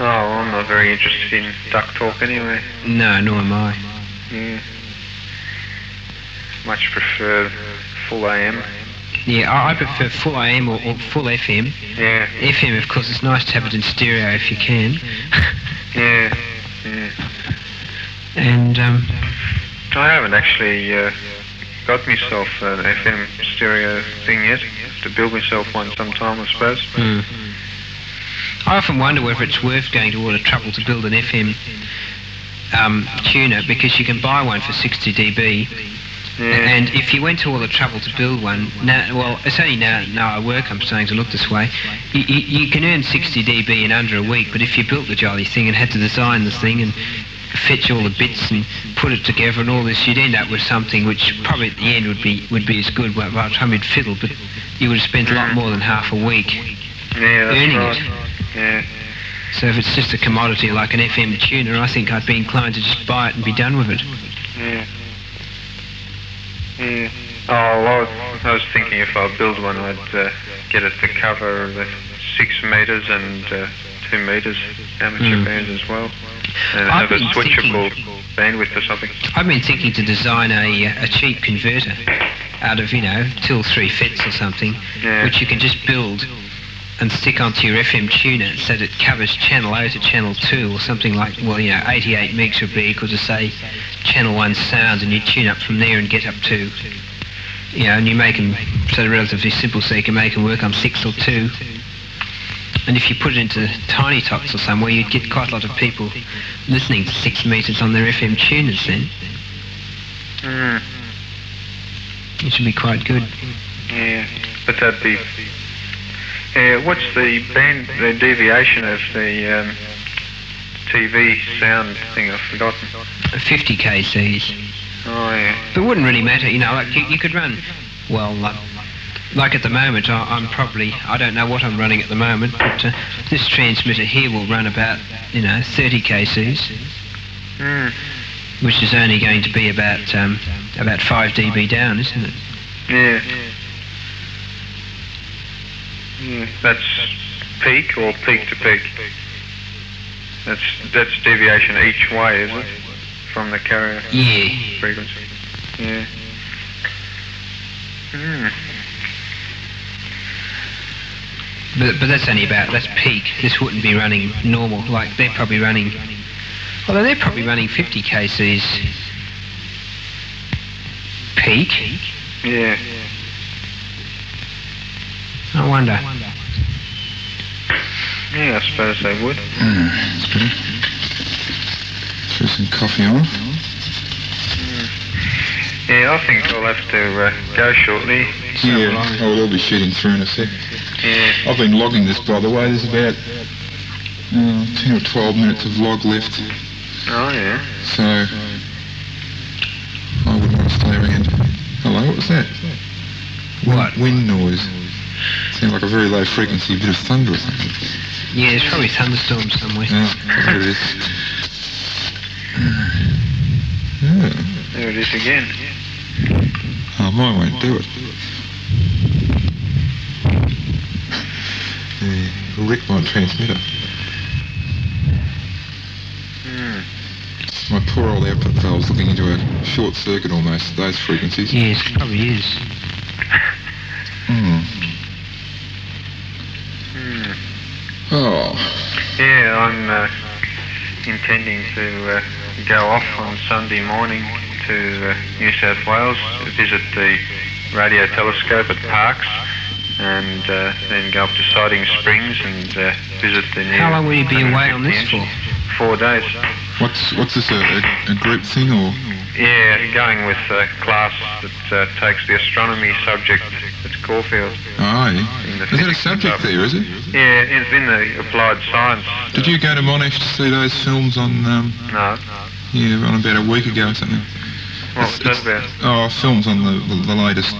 Speaker 4: Oh, well, I'm not very interested in duck talk anyway.
Speaker 3: No, nor am I.
Speaker 4: Yeah. Much prefer full AM.
Speaker 3: Yeah, I, I prefer full AM or, or full FM.
Speaker 4: Yeah,
Speaker 3: FM, of course, it's nice to have it in stereo if you can.
Speaker 4: yeah, yeah.
Speaker 3: and um,
Speaker 4: I haven't actually uh, got myself an FM stereo thing yet. Have to build myself one sometime, I suppose.
Speaker 3: mm. I often wonder whether it's worth going to all the trouble to build an FM um, tuner because you can buy one for 60 dB.
Speaker 4: Yeah,
Speaker 3: And if you went to all the trouble to build one, now, well, it's only now, now I work, I'm starting to look this way. You, you, you can earn 60 dB in under a week, but if you built the jolly thing and had to design the thing and fetch all the bits and put it together and all this, you'd end up with something which probably at the end would be would be as good by by the time you'd fiddle, but you would have spent a lot more than half a week.
Speaker 4: yeah, that's
Speaker 3: earning
Speaker 4: right. Yeah,
Speaker 3: So if it's just a commodity like an FM tuner, I think I'd be inclined to just buy it and be done with it.
Speaker 4: yeah. Yeah. Oh, well, I was, I was thinking if I build one, I'd uh, get it to cover the six meters and uh, two meters amateur
Speaker 3: Mm.
Speaker 4: band as well, and
Speaker 3: I've
Speaker 4: have a
Speaker 3: been
Speaker 4: switchable bandwidth or something.
Speaker 3: I've been thinking to design a, uh, a cheap converter out of, you know, two or three FETs or something,
Speaker 4: Yeah.
Speaker 3: which you can just build and stick onto your FM tuner so that it covers channel O to channel 2 or something like, well, you know, 88 megs would be equal to, say, channel 1 sound, and you tune up from there and get up to, you know, and you make them so they're relatively simple so you can make them work on 6 or 2. And if you put it into Tiny Tots or somewhere, you'd get quite a lot of people listening to 6 meters on their FM tuners then.
Speaker 4: Mm.
Speaker 3: It should be quite good.
Speaker 4: Yeah, but that'd be. Yeah, what's the band, the deviation of the um, TV sound thing? I've forgotten.
Speaker 3: 50 kcs.
Speaker 4: Oh yeah.
Speaker 3: But it wouldn't really matter, you know, like you, you could run, well, like, like at the moment, I, I'm probably, I don't know what I'm running at the moment, but uh, this transmitter here will run about, you know, 30 kcs,
Speaker 4: Mm.
Speaker 3: which is only going to be about, um, about 5 dB down, isn't it?
Speaker 4: Yeah. Yeah. That's peak or peak to peak. That's that's deviation each way, is it, from the carrier
Speaker 3: Yeah.
Speaker 4: frequency? Yeah. Mm.
Speaker 3: But, but that's only about, that's peak. This wouldn't be running normal, like they're probably running, although they're probably running 50 kcs peak.
Speaker 4: Yeah.
Speaker 3: I wonder.
Speaker 4: Yeah, I suppose they would.
Speaker 2: Mm, that's better. Throw some coffee on.
Speaker 4: Yeah, I think I'll have to uh, go shortly.
Speaker 2: Yeah, I will all be shooting through in a sec.
Speaker 4: Yeah.
Speaker 2: I've been logging this, by the way. There's about uh, 10 or 12 minutes of log left,
Speaker 4: Oh yeah.
Speaker 2: so I wouldn't want to stay around. Hello, what was that?
Speaker 3: What?
Speaker 2: Wind noise. Seemed like a very low frequency bit of thunder or something.
Speaker 3: Yeah, it's probably thunderstorm somewhere.
Speaker 2: Yeah, there it is. Yeah.
Speaker 4: There it is again.
Speaker 2: Oh, mine won't do it. Yeah, Rick my transmitter.
Speaker 4: Mm.
Speaker 2: My poor old output valve's looking into a short circuit almost, those frequencies.
Speaker 3: Yes, it probably is.
Speaker 2: Mm.
Speaker 4: Mm.
Speaker 2: Oh,
Speaker 4: Yeah, I'm uh, intending to uh, go off on Sunday morning to uh, New South Wales to visit the radio telescope at Parks and uh, then go up to Siding Springs and uh, visit the new.
Speaker 3: How long will you be away on this for?
Speaker 4: Four days.
Speaker 2: what's what's this, a, a, a group thing or?
Speaker 4: Yeah, going with a class that uh, takes the astronomy subject at Caulfield.
Speaker 2: Oh, yeah. Is that a subject there, is it?
Speaker 4: Yeah, it's in the applied science.
Speaker 2: Did you go to Monash to see those films on, um,
Speaker 4: No.
Speaker 2: yeah, on about a week ago or something?
Speaker 4: What was that about?
Speaker 2: Oh, films on the, the, the latest,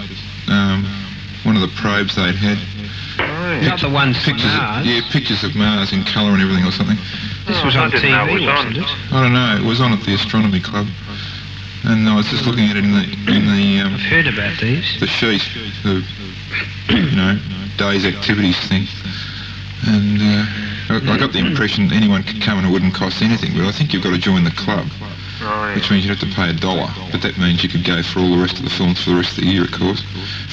Speaker 2: um, one of the probes they'd had.
Speaker 4: Oh, yeah.
Speaker 3: Not the ones from
Speaker 2: Pictures
Speaker 3: Mars.
Speaker 2: Of, yeah, pictures of Mars in colour and everything or something.
Speaker 3: This was
Speaker 4: Oh, I
Speaker 3: on
Speaker 4: didn't know it
Speaker 3: TV,
Speaker 4: was on.
Speaker 3: wasn't it?
Speaker 2: I don't know. It was on at the astronomy club, and I was just looking at it in the in the
Speaker 3: I've
Speaker 2: um,
Speaker 3: heard about these.
Speaker 2: the sheet, the you know day's activities thing, and uh, I, I got the impression that anyone could come and it wouldn't cost anything. But I think you've got to join the club,
Speaker 4: Oh, yeah.
Speaker 2: which means you'd have to pay a dollar. But that means you could go for all the rest of the films for the rest of the year, of course,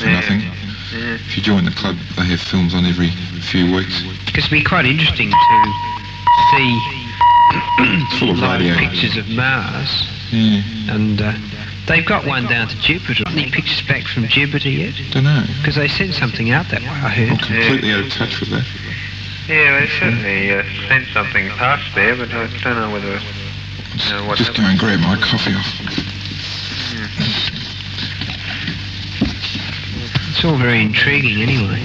Speaker 2: for
Speaker 4: Yeah.
Speaker 2: nothing.
Speaker 4: Yeah.
Speaker 2: If you join the club, they have films on every few weeks.
Speaker 3: Because it'd be quite interesting to see
Speaker 2: full of
Speaker 3: live
Speaker 2: radio.
Speaker 3: pictures of Mars.
Speaker 2: Yeah,
Speaker 3: And uh, they've got one down to Jupiter. Any pictures back from Jupiter yet?
Speaker 2: don't know.
Speaker 3: Because they sent something out that way, I
Speaker 2: I'm
Speaker 3: heard.
Speaker 2: completely out of touch with that.
Speaker 4: Yeah, they certainly uh, sent something past there, but I don't know whether. know what
Speaker 2: Just go and grab my coffee off.
Speaker 3: It's all very intriguing anyway.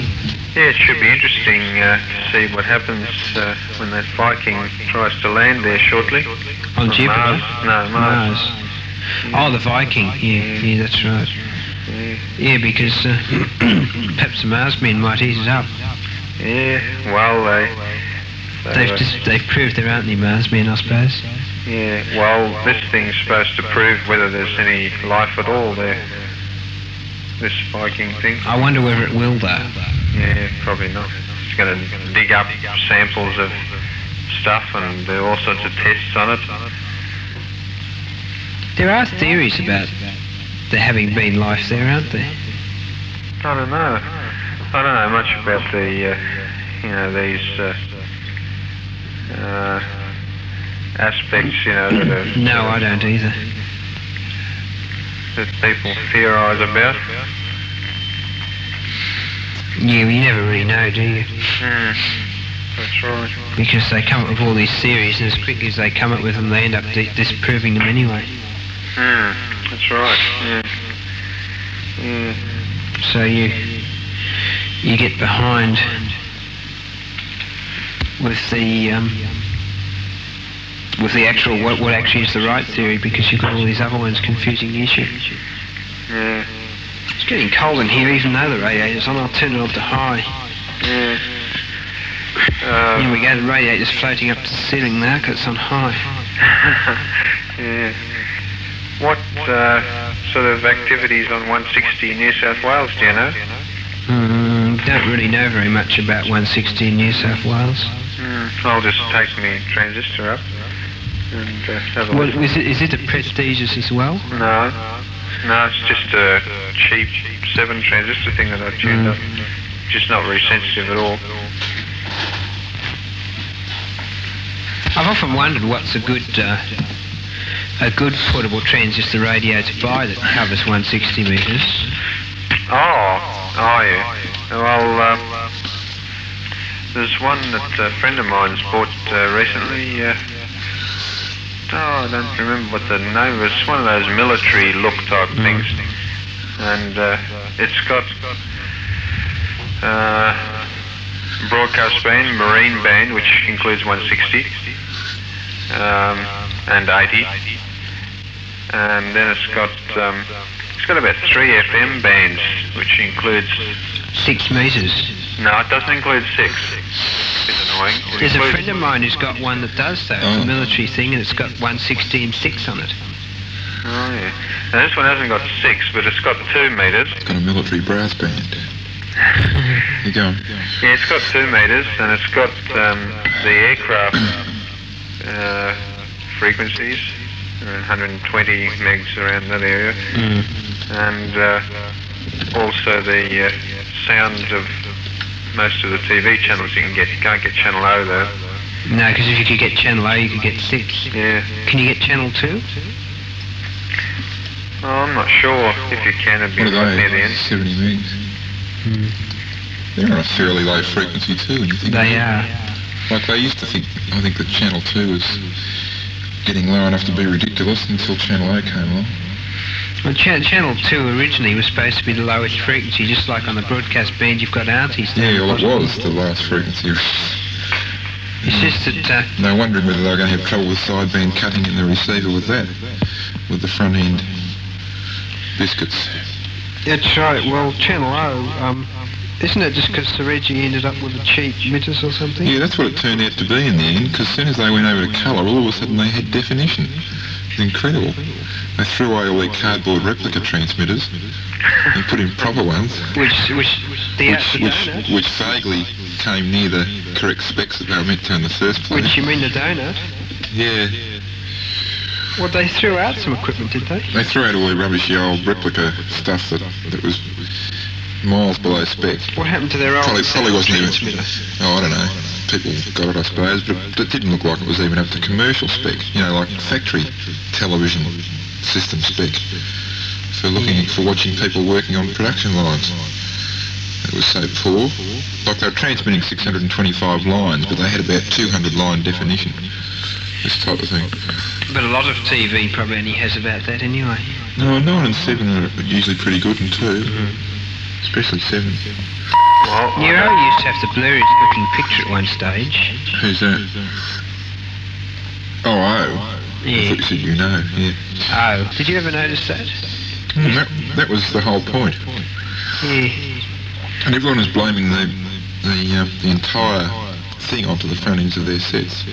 Speaker 4: Yeah, it should be interesting uh, to see what happens uh, when that Viking tries to land there shortly.
Speaker 3: On
Speaker 4: From
Speaker 3: Jupiter?
Speaker 4: Mars? No, Mars.
Speaker 3: Oh, the Viking. Yeah, yeah, that's right.
Speaker 4: Yeah.
Speaker 3: Yeah, because uh, perhaps the Mars men might eat it up.
Speaker 4: yeah, well, they. uh, they
Speaker 3: They've
Speaker 4: were-
Speaker 3: just, they've proved there aren't any Mars men, I suppose.
Speaker 4: yeah, well, this thing's supposed to prove whether there's any life at all there. This Viking thing.
Speaker 3: I wonder whether it will though.
Speaker 4: Yeah, probably not. It's going to dig up samples of stuff, and there are all sorts of tests on it.
Speaker 3: There are theories about there having been life there, aren't there?
Speaker 4: I don't know. I don't know much about the, uh, you know, these uh, uh, aspects, you know, that, uh, are,
Speaker 3: No, I don't either.
Speaker 4: that people theorise about.
Speaker 3: Yeah, you never really know, do you?
Speaker 4: Mm. That's right.
Speaker 3: Because they come up with all these theories, and as quickly as they come up with them, they end up di- disproving them anyway.
Speaker 4: Mm. That's right. Hmm, Yeah. Yeah.
Speaker 3: So you you get behind with the um, with the actual what, what actually is the right theory because you've got all these other ones confusing the issue.
Speaker 4: Yeah.
Speaker 3: It's getting cold in here, even though the radiator's on. I'll turn it on to high.
Speaker 4: Yeah.
Speaker 3: Here
Speaker 4: Um,
Speaker 3: we go. The radiator's floating up to the ceiling now 'cause it's on high.
Speaker 4: yeah. What uh, sort of activities on 160 in New South Wales do you know?
Speaker 3: Mm, don't really know very much about 160 in New South Wales.
Speaker 4: Mm, I'll just take my transistor up and uh, have a
Speaker 3: Well,
Speaker 4: look.
Speaker 3: is it, is it a prestigious as well?
Speaker 4: No, no, it's just a cheap seven transistor thing that I tuned
Speaker 3: Mm.
Speaker 4: up. Just not very sensitive at all.
Speaker 3: I've often wondered what's a good uh, a good portable transistor radio to buy that covers 160 meters.
Speaker 4: Oh, are you? Well, um, there's one that a friend of mine's bought uh, recently. Uh, oh, I don't remember what the name was. It's one of those military look type things. And uh, it's got uh, broadcast band, marine band, which includes 160 um, and 80. And then it's got um, it's got about three FM bands, which includes
Speaker 3: Six meters.
Speaker 4: no, it doesn't include six. It's annoying. It
Speaker 3: There's a
Speaker 4: includes-
Speaker 3: friend of mine who's got one that does that,
Speaker 2: Oh.
Speaker 3: a military thing, and it's got 160 and six on it.
Speaker 4: Oh, yeah. Now, this one hasn't got six, but it's got two meters.
Speaker 2: It's got a military brass band. You going?
Speaker 4: Yeah, it's got two meters, and it's got um, the aircraft uh, frequencies, uh, around 120 megs around that area,
Speaker 2: Mm.
Speaker 4: and uh, also the uh, sound of most of the TV channels. You can get you can't get channel O though.
Speaker 3: No, because if you could get channel A, you could get six.
Speaker 4: Yeah.
Speaker 3: Can you get channel two?
Speaker 4: Oh, I'm not sure if you can. It'd be
Speaker 2: What
Speaker 4: right
Speaker 2: are
Speaker 4: near the
Speaker 2: they?
Speaker 4: end.
Speaker 2: 70 megs. They're on a fairly low frequency too. When you think
Speaker 3: They
Speaker 2: about
Speaker 3: are.
Speaker 2: it. Like they used to think, I think that Channel 2 was getting low enough to be ridiculous until Channel A came along.
Speaker 3: Well, cha- channel two originally was supposed to be the lowest frequency, just like on the broadcast band you've got aunties.
Speaker 2: Yeah, well it was the last frequency.
Speaker 3: It's just that. Uh,
Speaker 2: No wondering whether they were going to have trouble with sideband cutting and the receiver with that, with the front end biscuits.
Speaker 3: That's right. Well, Channel O, um, isn't it just because Seregi ended up with the cheap meters or something?
Speaker 2: Yeah, that's what it turned out to be in the end, because as soon as they went over to colour, all of a sudden they had definition. It's incredible. They threw away all their cardboard replica transmitters and put in proper ones,
Speaker 3: Which, which, the
Speaker 2: which,
Speaker 3: the
Speaker 2: which,
Speaker 3: donut.
Speaker 2: which vaguely came near the correct specs that they were meant to in the first place.
Speaker 3: Which you mean the donut?
Speaker 2: Yeah,
Speaker 3: Well, they threw out some equipment, did they?
Speaker 2: they threw out all the rubbishy old replica stuff that, that was miles below spec.
Speaker 3: What happened to their old?
Speaker 2: Probably, probably wasn't even. Oh, I don't know. People got it, I suppose, but it, it didn't look like it was even up to commercial spec. You know, like factory television system spec for looking for watching people working on production lines. It was so poor. Like they were transmitting 625 lines, but they had about 200 line definition. This type of thing.
Speaker 3: But a lot of TV probably only has about that anyway.
Speaker 2: No, nine and seven are usually pretty good, and two, especially seven.
Speaker 4: Well, I
Speaker 3: Nero
Speaker 4: don't-
Speaker 3: used to have the blurriest looking picture at one stage.
Speaker 2: Who's that? Oh, oh. I
Speaker 3: Yeah.
Speaker 2: thought you said you know. Yeah.
Speaker 3: Oh, did you ever notice that?
Speaker 2: Mm, that, that was the whole point.
Speaker 3: Yeah.
Speaker 2: And everyone is blaming the the, um, the entire thing onto the front ends of their sets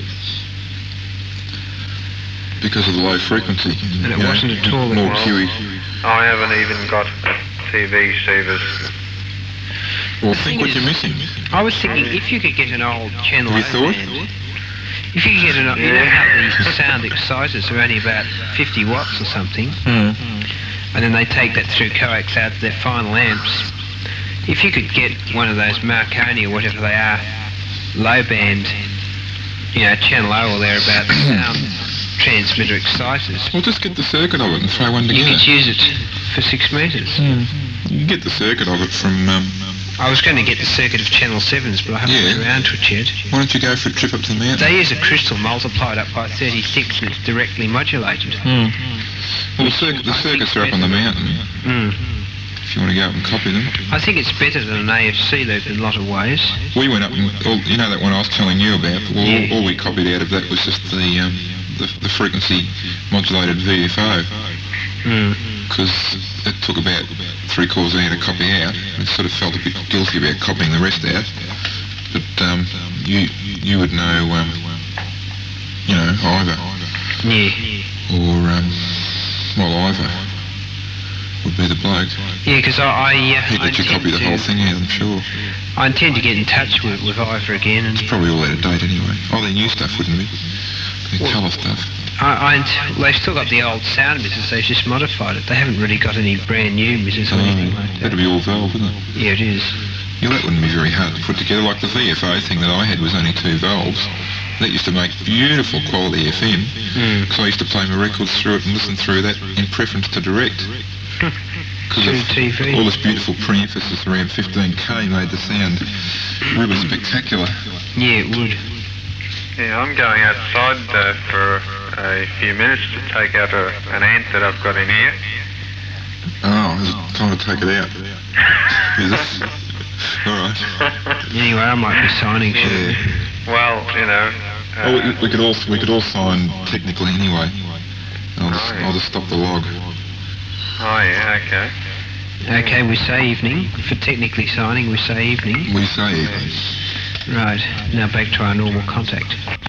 Speaker 2: because of the low frequency.
Speaker 3: And it
Speaker 2: you know,
Speaker 3: wasn't at all
Speaker 2: More
Speaker 4: involved.
Speaker 2: Kiwi.
Speaker 4: I haven't even got TV receivers.
Speaker 2: Well,
Speaker 3: The
Speaker 2: think
Speaker 3: thing
Speaker 2: what
Speaker 3: is-
Speaker 2: you're missing.
Speaker 3: I was thinking if you could get an old Channel
Speaker 2: Have you
Speaker 3: O
Speaker 2: thought?
Speaker 3: band, If you get an, you know how these sound exciters are only about 50 watts or something,
Speaker 1: Mm.
Speaker 3: and then they take that through coax out to their final amps. If you could get one of those Marconi or whatever they are, low band, you know, channel O or thereabouts sound transmitter exciters,
Speaker 2: Well, just get the circuit of it and throw one
Speaker 3: you
Speaker 2: together.
Speaker 3: could use it for six metres.
Speaker 2: You can get the circuit of it from. Um,
Speaker 3: I was going to get the circuit of channel sevens, but I haven't
Speaker 2: Yeah. Hmm.
Speaker 3: got around to it yet.
Speaker 2: why don't you go for a trip up to the mountain?
Speaker 3: They use a crystal multiplied up by 36 and it's directly modulated.
Speaker 1: Mm.
Speaker 2: Well, the, circuit, the circuits are up on the mountain.
Speaker 3: Mm.
Speaker 2: If you want to go up and copy them.
Speaker 3: I think it's better than an AFC loop in a lot of ways.
Speaker 2: We went up and all, you know that one I was telling you about. Well,
Speaker 3: Yeah.
Speaker 2: all, all we copied out of that was just the um, the, the frequency modulated VFO
Speaker 3: Mm.
Speaker 2: because it took about three quarters of an hour to copy out. And sort of felt a bit guilty about copying the rest out, but um, you you would know um, you know Ivor
Speaker 3: Yeah.
Speaker 2: or um, well Ivor would be the bloke.
Speaker 3: Yeah, because I, I,
Speaker 2: He
Speaker 3: uh, I,
Speaker 2: let you
Speaker 3: intend
Speaker 2: copy the whole
Speaker 3: to,
Speaker 2: thing out. I'm sure.
Speaker 3: I intend to get in touch with, with Ivor again. And
Speaker 2: It's probably all out of date anyway. Oh, their new stuff wouldn't be. Their colour stuff.
Speaker 3: I, I, int- they've still got the old sound misses, they've just modified it. They haven't really got any brand new misses or anything like that.
Speaker 2: That'd Hmm. be all valve, wouldn't it?
Speaker 3: Yeah, it is.
Speaker 2: Yeah, that wouldn't be very hard to put together. Like the VFO thing that I had was only two valves. That used to make beautiful quality FM.
Speaker 3: Mm.
Speaker 2: Because I used to play my records through it and listen through that in preference to direct. Because
Speaker 3: Through TV.
Speaker 2: all this beautiful pre-emphasis around 15k made the sound really spectacular.
Speaker 3: Yeah, it would.
Speaker 4: Yeah, I'm going outside uh, for a few minutes to take out a, an ant that I've got in here.
Speaker 2: Oh, is it time to take it out? Is it? all right.
Speaker 3: Anyway, I might be signing soon.
Speaker 2: Yeah.
Speaker 4: well, you know.
Speaker 2: Oh,
Speaker 4: Uh,
Speaker 2: we, we could all we could all sign technically anyway. I'll just, I'll just stop the log.
Speaker 4: oh, yeah, okay.
Speaker 3: Okay, we say evening. For technically signing, we say evening.
Speaker 2: We say evening.
Speaker 3: Right, now back to our normal contact.